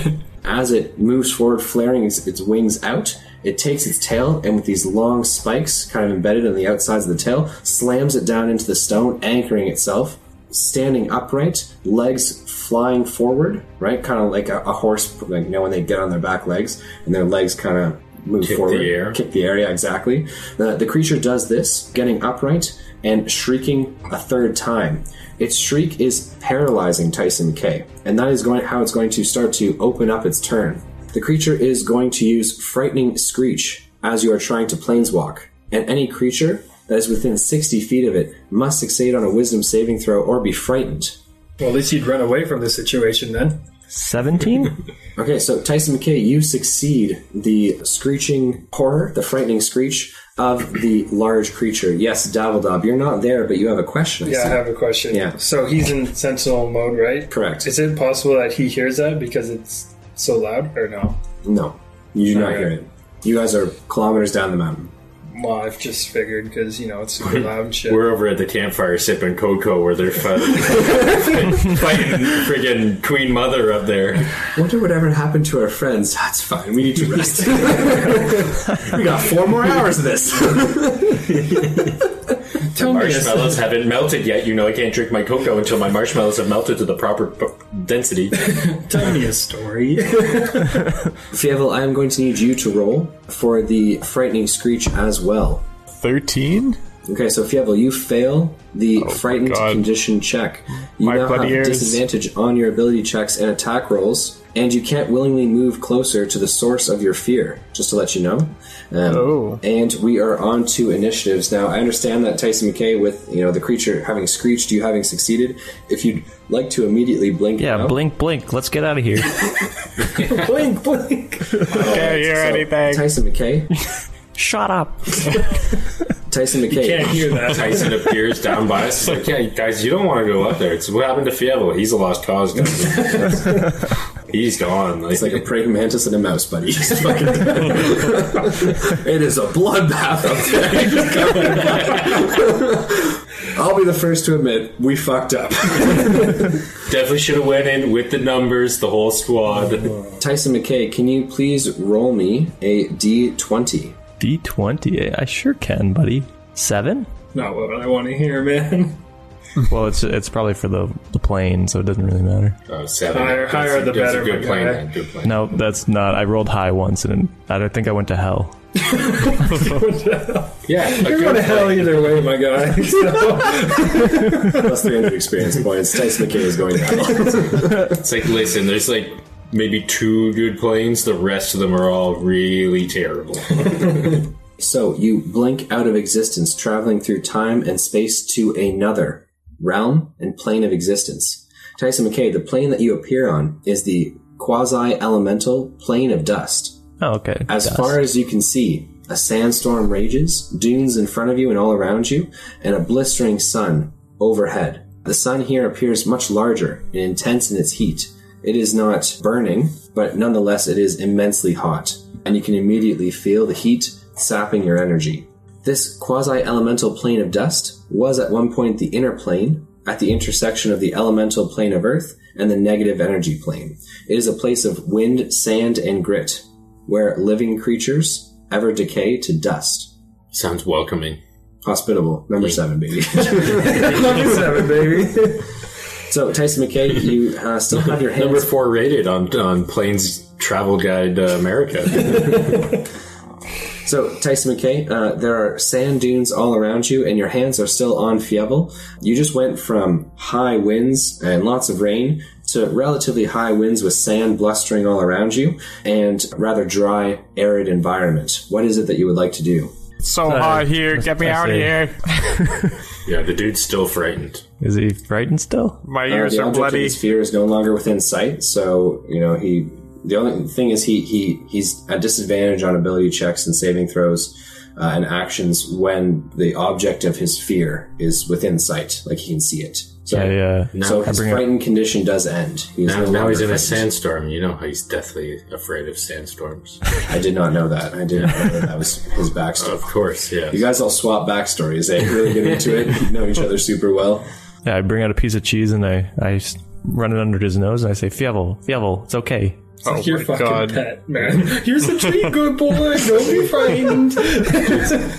Speaker 2: As it moves forward, flaring its, its wings out, it takes its tail and with these long spikes kind of embedded on the outsides of the tail, slams it down into the stone, anchoring itself, standing upright, legs flying forward, right? Kind of like a, a horse, like you know when they get on their back legs and their legs kind of move
Speaker 4: Kick
Speaker 2: forward,
Speaker 4: the air.
Speaker 2: kick the area exactly. Uh, The, the creature does this, getting upright and shrieking a third time. Its shriek is paralyzing Tyson McKay, and that is going how it's going to start to open up its turn. The creature is going to use Frightening Screech as you are trying to planeswalk, and any creature that is within 60 feet of it must succeed on a Wisdom saving throw or be frightened.
Speaker 1: Well, at least you'd run away from the situation then.
Speaker 5: 17?
Speaker 2: Okay, so Tyson McKay, you succeed the screeching horror, the frightening screech of the large creature. Yes, Dabbledob, you're not there, but you have a question. I
Speaker 1: Yeah, I
Speaker 2: see.
Speaker 1: have a question.
Speaker 2: Yeah.
Speaker 1: So he's in sentinel mode, right?
Speaker 2: Correct.
Speaker 1: Is it possible that he hears that because it's so loud, or no?
Speaker 2: No, you do not
Speaker 1: Okay.
Speaker 2: hear it. You guys are kilometers down the mountain.
Speaker 1: Well, I've just figured because you know it's super loud and shit.
Speaker 4: We're over at the campfire sipping cocoa where they're fighting, fighting friggin' Queen Mother up there.
Speaker 2: Wonder whatever happened to our friends. That's fine. We need to rest. we got four more hours of this.
Speaker 1: Tell me this.
Speaker 4: Marshmallows haven't melted yet. You know, I can't drink my cocoa until my marshmallows have melted to the proper p- density.
Speaker 1: Tell me a story.
Speaker 2: Fievel, I am going to need you to roll for the frightening screech as well.
Speaker 3: 13?
Speaker 2: Okay, so Fievel, you fail the frightened
Speaker 3: God.
Speaker 2: condition check. You
Speaker 3: My
Speaker 2: now have
Speaker 3: bloody ears.
Speaker 2: disadvantage on your ability checks and attack rolls, and you can't willingly move closer to the source of your fear. Just to let you know. Um,
Speaker 3: Oh.
Speaker 2: And we are on to initiatives now. I understand that Tyson McKay, with you know the creature having screeched, you having succeeded. If you'd like to immediately blink,
Speaker 5: Yeah,
Speaker 2: now-
Speaker 5: blink, blink. Let's get out of here.
Speaker 2: blink, blink.
Speaker 3: Can't hear
Speaker 2: So,
Speaker 3: anything.
Speaker 2: Tyson McKay.
Speaker 5: Shut up.
Speaker 2: Tyson McKay.
Speaker 1: Can't hear that.
Speaker 4: Tyson appears down by us. He's like, yeah, guys, you don't want to go up there. It's what happened to Fievel. He's a lost cause. guys." He's gone. Like,
Speaker 2: It's like a praying mantis and a mouse, buddy. Just fucking- it is a bloodbath up there. Just go. I'll be the first to admit we fucked up.
Speaker 4: definitely should have went in with the numbers, the whole squad.
Speaker 1: Oh.
Speaker 2: Tyson McKay, can you please roll me a d20?
Speaker 5: D20. eh, I sure can, buddy. Seven?
Speaker 1: Not what I want to hear, man.
Speaker 5: Well, it's it's probably for the, the plane, so it doesn't really matter.
Speaker 4: Oh, seven.
Speaker 1: Higher-
Speaker 4: That's-
Speaker 1: higher the
Speaker 4: that's a
Speaker 1: better,
Speaker 4: Good
Speaker 1: my
Speaker 4: plan.
Speaker 1: guy.
Speaker 4: man. Good plan.
Speaker 5: No, that's not. I rolled high once, and I don't think I went to hell.
Speaker 4: Yeah, a
Speaker 1: You're
Speaker 4: good
Speaker 1: going to
Speaker 4: plan.
Speaker 1: hell either way, my guy. So,
Speaker 2: Plus 300 experience points. Tyson McKay is going down.
Speaker 4: It's like, listen, there's like maybe two good planes. The rest of them are all really terrible.
Speaker 2: so you blink out of existence, traveling through time and space to another realm and plane of existence. Tyson McKay, the plane that you appear on is the quasi elemental plane of dust.
Speaker 5: Oh, okay.
Speaker 2: As
Speaker 5: Dust.
Speaker 2: far as you can see, a sandstorm rages, dunes in front of you and all around you, and a blistering sun overhead. The sun here appears much larger and intense in its heat. It is not burning, but nonetheless it is immensely hot, and you can immediately feel the heat sapping your energy. This quasi elemental plane of dust was at one point the inner plane at the intersection of the elemental plane of earth and the negative energy plane. It is a place of wind, sand, and grit where living creatures ever decay to dust.
Speaker 4: Sounds welcoming.
Speaker 2: Hospitable, number seven, baby.
Speaker 1: number seven, baby.
Speaker 2: so, Tyson McKay, you uh, still have your
Speaker 4: Number
Speaker 2: hands.
Speaker 4: four rated on on Planes Travel Guide uh, America.
Speaker 2: So, Tyson McKay, uh, there are sand dunes all around you, and your hands are still on Fievel. You just went from high winds and lots of rain to relatively high winds with sand blustering all around you and rather dry, arid environment. What is it that you would like to do?
Speaker 3: It's so hot here. Get me
Speaker 5: I
Speaker 3: out of
Speaker 5: see.
Speaker 3: here.
Speaker 4: yeah, the dude's still frightened.
Speaker 5: Is he frightened still?
Speaker 3: My
Speaker 2: Uh,
Speaker 3: ears
Speaker 2: the
Speaker 3: are
Speaker 2: object of
Speaker 3: bloody.
Speaker 2: his fear is no longer within sight. So you know he. The only thing is he he he's at disadvantage on ability checks and saving throws uh, and actions when the object of his fear is within sight, like he can see it. So,
Speaker 5: I, uh,
Speaker 2: so his
Speaker 5: bring up-
Speaker 2: frightened condition does end. He is
Speaker 4: Now,
Speaker 2: no
Speaker 4: now he's in
Speaker 2: longer
Speaker 4: a
Speaker 2: frightened.
Speaker 4: sandstorm. You know how he's deathly afraid of sandstorms.
Speaker 2: I did not know that. I did not know that, that was his backstory.
Speaker 4: of course, yeah.
Speaker 2: You guys all swap backstories. Eh? Really get into it. You know each other super well.
Speaker 5: yeah, I bring out a piece of cheese, and I I s- run it under his nose, and I say, "Fievel, Fievel, it's okay."
Speaker 3: Oh
Speaker 1: Your
Speaker 3: my
Speaker 1: fucking
Speaker 3: god.
Speaker 1: pet, man. Here's a treat, good boy. Don't be frightened.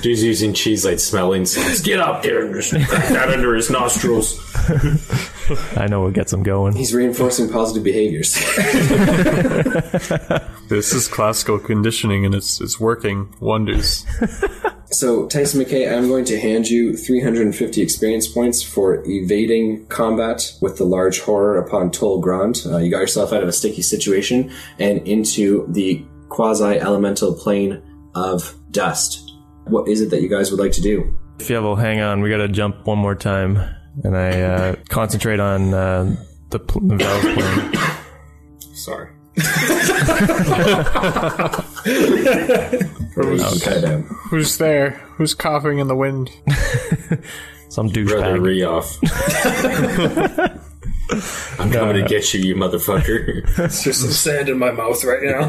Speaker 4: Dude's using cheese like smelling salts. Get up there and just crack that under his nostrils.
Speaker 5: I know what gets him going.
Speaker 2: He's reinforcing positive behaviors.
Speaker 3: This is classical conditioning and it's it's working wonders.
Speaker 2: So, Tyson McKay, I'm going to hand you 350 experience points for evading combat with the large horror upon Tol Grand. Uh, you got yourself out of a sticky situation and into the quasi elemental plane of dust. What is it that you guys would like to do?
Speaker 5: Fievel, hang on. We got to jump one more time. And I uh, concentrate on uh, the pl- the Val's plane.
Speaker 4: Sorry.
Speaker 2: Okay. then.
Speaker 3: Who's there? Who's coughing in the wind?
Speaker 5: Some
Speaker 4: Brother
Speaker 5: douchebag.
Speaker 4: Rioff. I'm
Speaker 2: Uh,
Speaker 4: coming to get you, you motherfucker.
Speaker 1: It's just some sand in my mouth right now.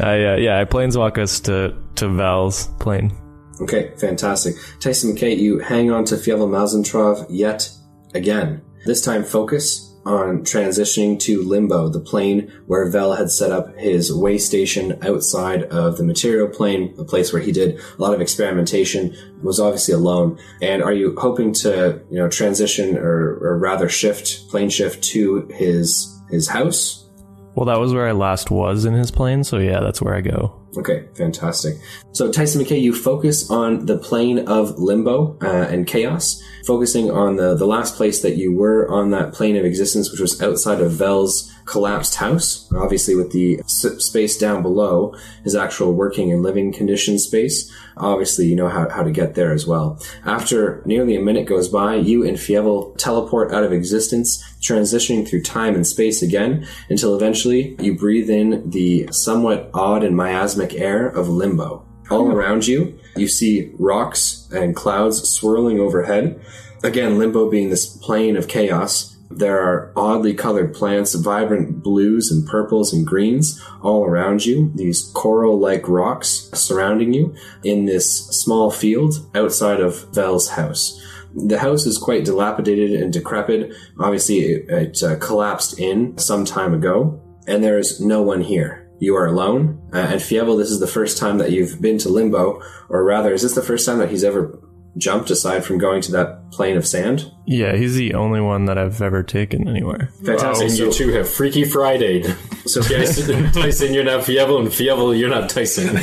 Speaker 5: I, uh, yeah, I planeswalk us to, to Val's plane.
Speaker 2: Okay, fantastic. Tyson McKay, you hang on to Fievel Mazentrov yet again. This time, focus on transitioning to Limbo, the plane where Vel had set up his way station outside of the material plane, a place where he did a lot of experimentation, was obviously alone. And are you hoping to, you know, transition or, or rather shift, plane shift to his his house
Speaker 5: Well, that was where I last was in his plane, so yeah, that's where I go.
Speaker 2: Okay, fantastic. So, Tyson McKay, you focus on the plane of limbo uh, and chaos, focusing on the, the last place that you were on that plane of existence, which was outside of Vel's collapsed house. Obviously, with the s- space down below, his actual working and living condition space. Obviously, you know how, how to get there as well. After nearly a minute goes by, you and Fievel teleport out of existence, transitioning through time and space again until eventually you breathe in the somewhat odd and miasmic air of limbo. All around you, you see rocks and clouds swirling overhead. Again, limbo being this plane of chaos. There are oddly colored plants, vibrant blues and purples and greens all around you, these coral like rocks surrounding you in this small field outside of Vel's house. The house is quite dilapidated and decrepit. Obviously, it, it uh, collapsed in some time ago, and there is no one here. You are alone. Uh, and Fievel, this is the first time that you've been to Limbo, or rather, is this the first time that he's ever jumped aside from going to that plane of sand?
Speaker 5: Yeah, he's the only one that I've ever taken anywhere.
Speaker 2: Fantastic.
Speaker 4: and
Speaker 2: So-
Speaker 4: you two have Freaky Friday. So Tyson, Tyson, you're not Fievel, and Fievel, you're not Tyson.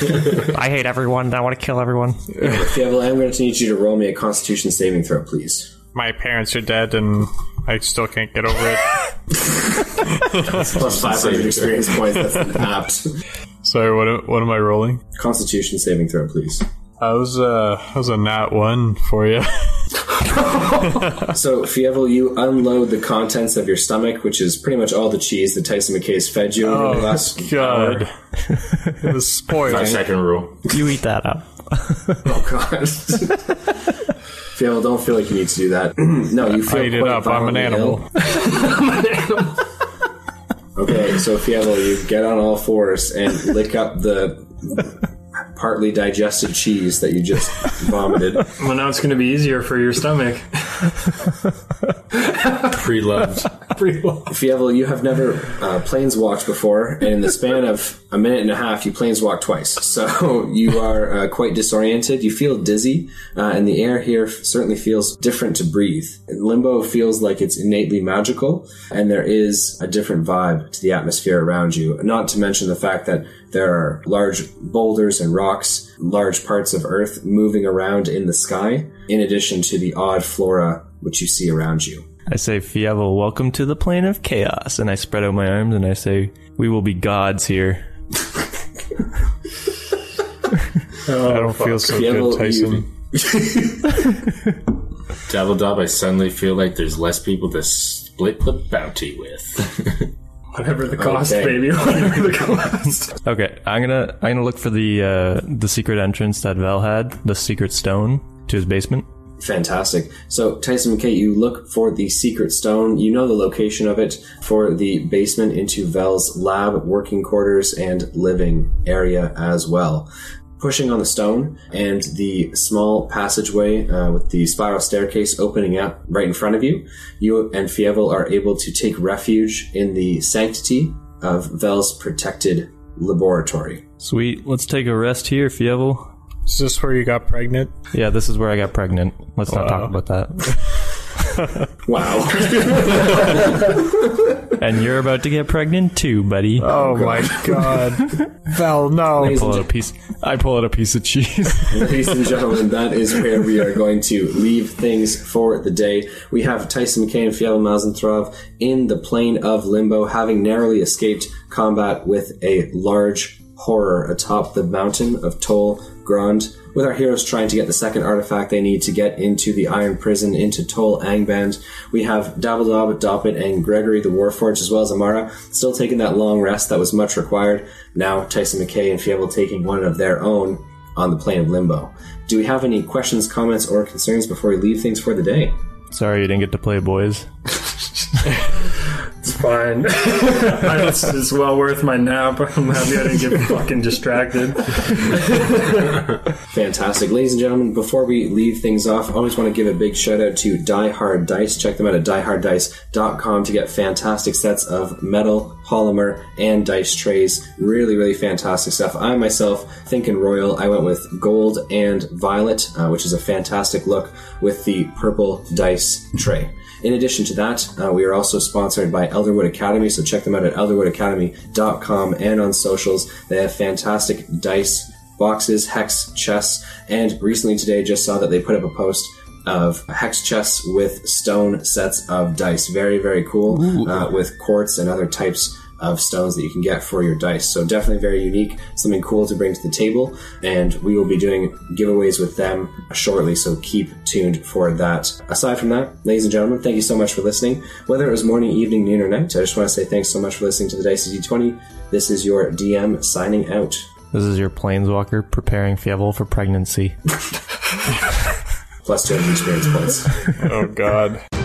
Speaker 5: I hate everyone. I want to kill everyone.
Speaker 2: Fievel, I'm going to need you to roll me a constitution saving throw, please.
Speaker 3: My parents are dead, and I still can't get over it.
Speaker 2: Plus 500 experience points. That's apt.
Speaker 3: Sorry, what am- what am I rolling?
Speaker 2: Constitution saving throw, please.
Speaker 3: I was uh, I was a nat one for you.
Speaker 2: So, Fievel, you unload the contents of your stomach, which is pretty much all the cheese that Tyson McKay's fed you over the last
Speaker 3: God,
Speaker 2: hour.
Speaker 3: it was spoiling.
Speaker 4: Second rule.
Speaker 5: You eat that up.
Speaker 2: Oh, God. Fievel, don't feel like you need to do that. no, you feel
Speaker 3: I ate it
Speaker 2: quite
Speaker 3: up. I'm an
Speaker 2: violently
Speaker 3: animal.
Speaker 2: ill. Okay, so Fievel, you get on all fours and lick up the partly digested cheese that you just vomited.
Speaker 1: well, now it's going to be easier for your stomach.
Speaker 4: Pre-loved.
Speaker 1: Pretty well.
Speaker 2: Fievel, you have never uh, planeswalked before, and in the span of a minute and a half, you planeswalked twice. So you are uh, quite disoriented. You feel dizzy, uh, and the air here certainly feels different to breathe. Limbo feels like it's innately magical, and there is a different vibe to the atmosphere around you. Not to mention the fact that there are large boulders and rocks, large parts of Earth moving around in the sky, in addition to the odd flora which you see around you.
Speaker 5: I say, Fievel, welcome to the plane of chaos. And I spread out my arms and I say, we will be gods here.
Speaker 3: I don't feel so
Speaker 2: Fievel,
Speaker 3: good,
Speaker 2: you-
Speaker 3: Tyson.
Speaker 4: Devil Dob, I suddenly feel like there's less people to split the bounty with.
Speaker 1: Whatever the cost,
Speaker 2: Okay.
Speaker 1: baby. Whatever the cost.
Speaker 5: Okay, I'm gonna I'm gonna look for the uh, the secret entrance that Vel had, the secret stone to his basement.
Speaker 2: Fantastic. So, Tyson McKay, you look for the secret stone. You know the location of it for the basement into Vel's lab, working quarters, and living area as well. Pushing on the stone, and the small passageway uh, with the spiral staircase opening up right in front of you, you and Fievel are able to take refuge in the sanctity of Vel's protected laboratory.
Speaker 5: Sweet, let's take a rest here, Fievel.
Speaker 3: Is this where you got pregnant?
Speaker 5: Yeah, this is where I got pregnant. Let's not talk about that.
Speaker 2: Wow.
Speaker 5: and you're about to get pregnant too, buddy.
Speaker 6: Oh my god. Val, no.
Speaker 5: pull out a piece. I pull out a piece of cheese.
Speaker 2: Ladies and gentlemen, that is where we are going to leave things for the day. We have Tyson McCain and Fievel Mazenthrov in the plane of limbo, having narrowly escaped combat with a large horror atop the mountain of Tol Grond. With our heroes trying to get the second artifact they need to get into the Iron Prison, into Tol Angband, we have Dabbledob, Doppet, and Gregory the Warforged, as well as Amara, still taking that long rest that was much required. Now Tyson McKay and Fievel taking one of their own on the plane of limbo. Do we have any questions, comments, or concerns before we leave things for the day?
Speaker 5: Sorry you didn't get to play, boys.
Speaker 1: It's fine. it's, it's well worth my nap. I'm happy I didn't get fucking distracted.
Speaker 2: Fantastic. Ladies and gentlemen, before we leave things off, I always want to give a big shout out to Die Hard Dice. Check them out at dieharddice.com to get fantastic sets of metal, polymer, and dice trays. Really, really fantastic stuff. I myself, thinking royal, I went with gold and violet, uh, which is a fantastic look with the purple dice tray. In addition to that, uh, we are also sponsored by Elderwood Academy, so check them out at elderwoodacademy.com and on socials. They have fantastic dice boxes, hex chess, and recently today just saw that they put up a post of hex chess with stone sets of dice. Very, very cool, uh, with quartz and other types of stones that you can get for your dice. So definitely very unique, something cool to bring to the table, and we will be doing giveaways with them shortly, so keep tuned for that. Aside from that, ladies and gentlemen, thank you so much for listening. Whether it was morning, evening, noon, or night, I just want to say thanks so much for listening to the Dice D20. This is your DM signing out.
Speaker 5: This is your planeswalker preparing Fievel for pregnancy.
Speaker 2: plus 200 experience points.
Speaker 3: Oh, God.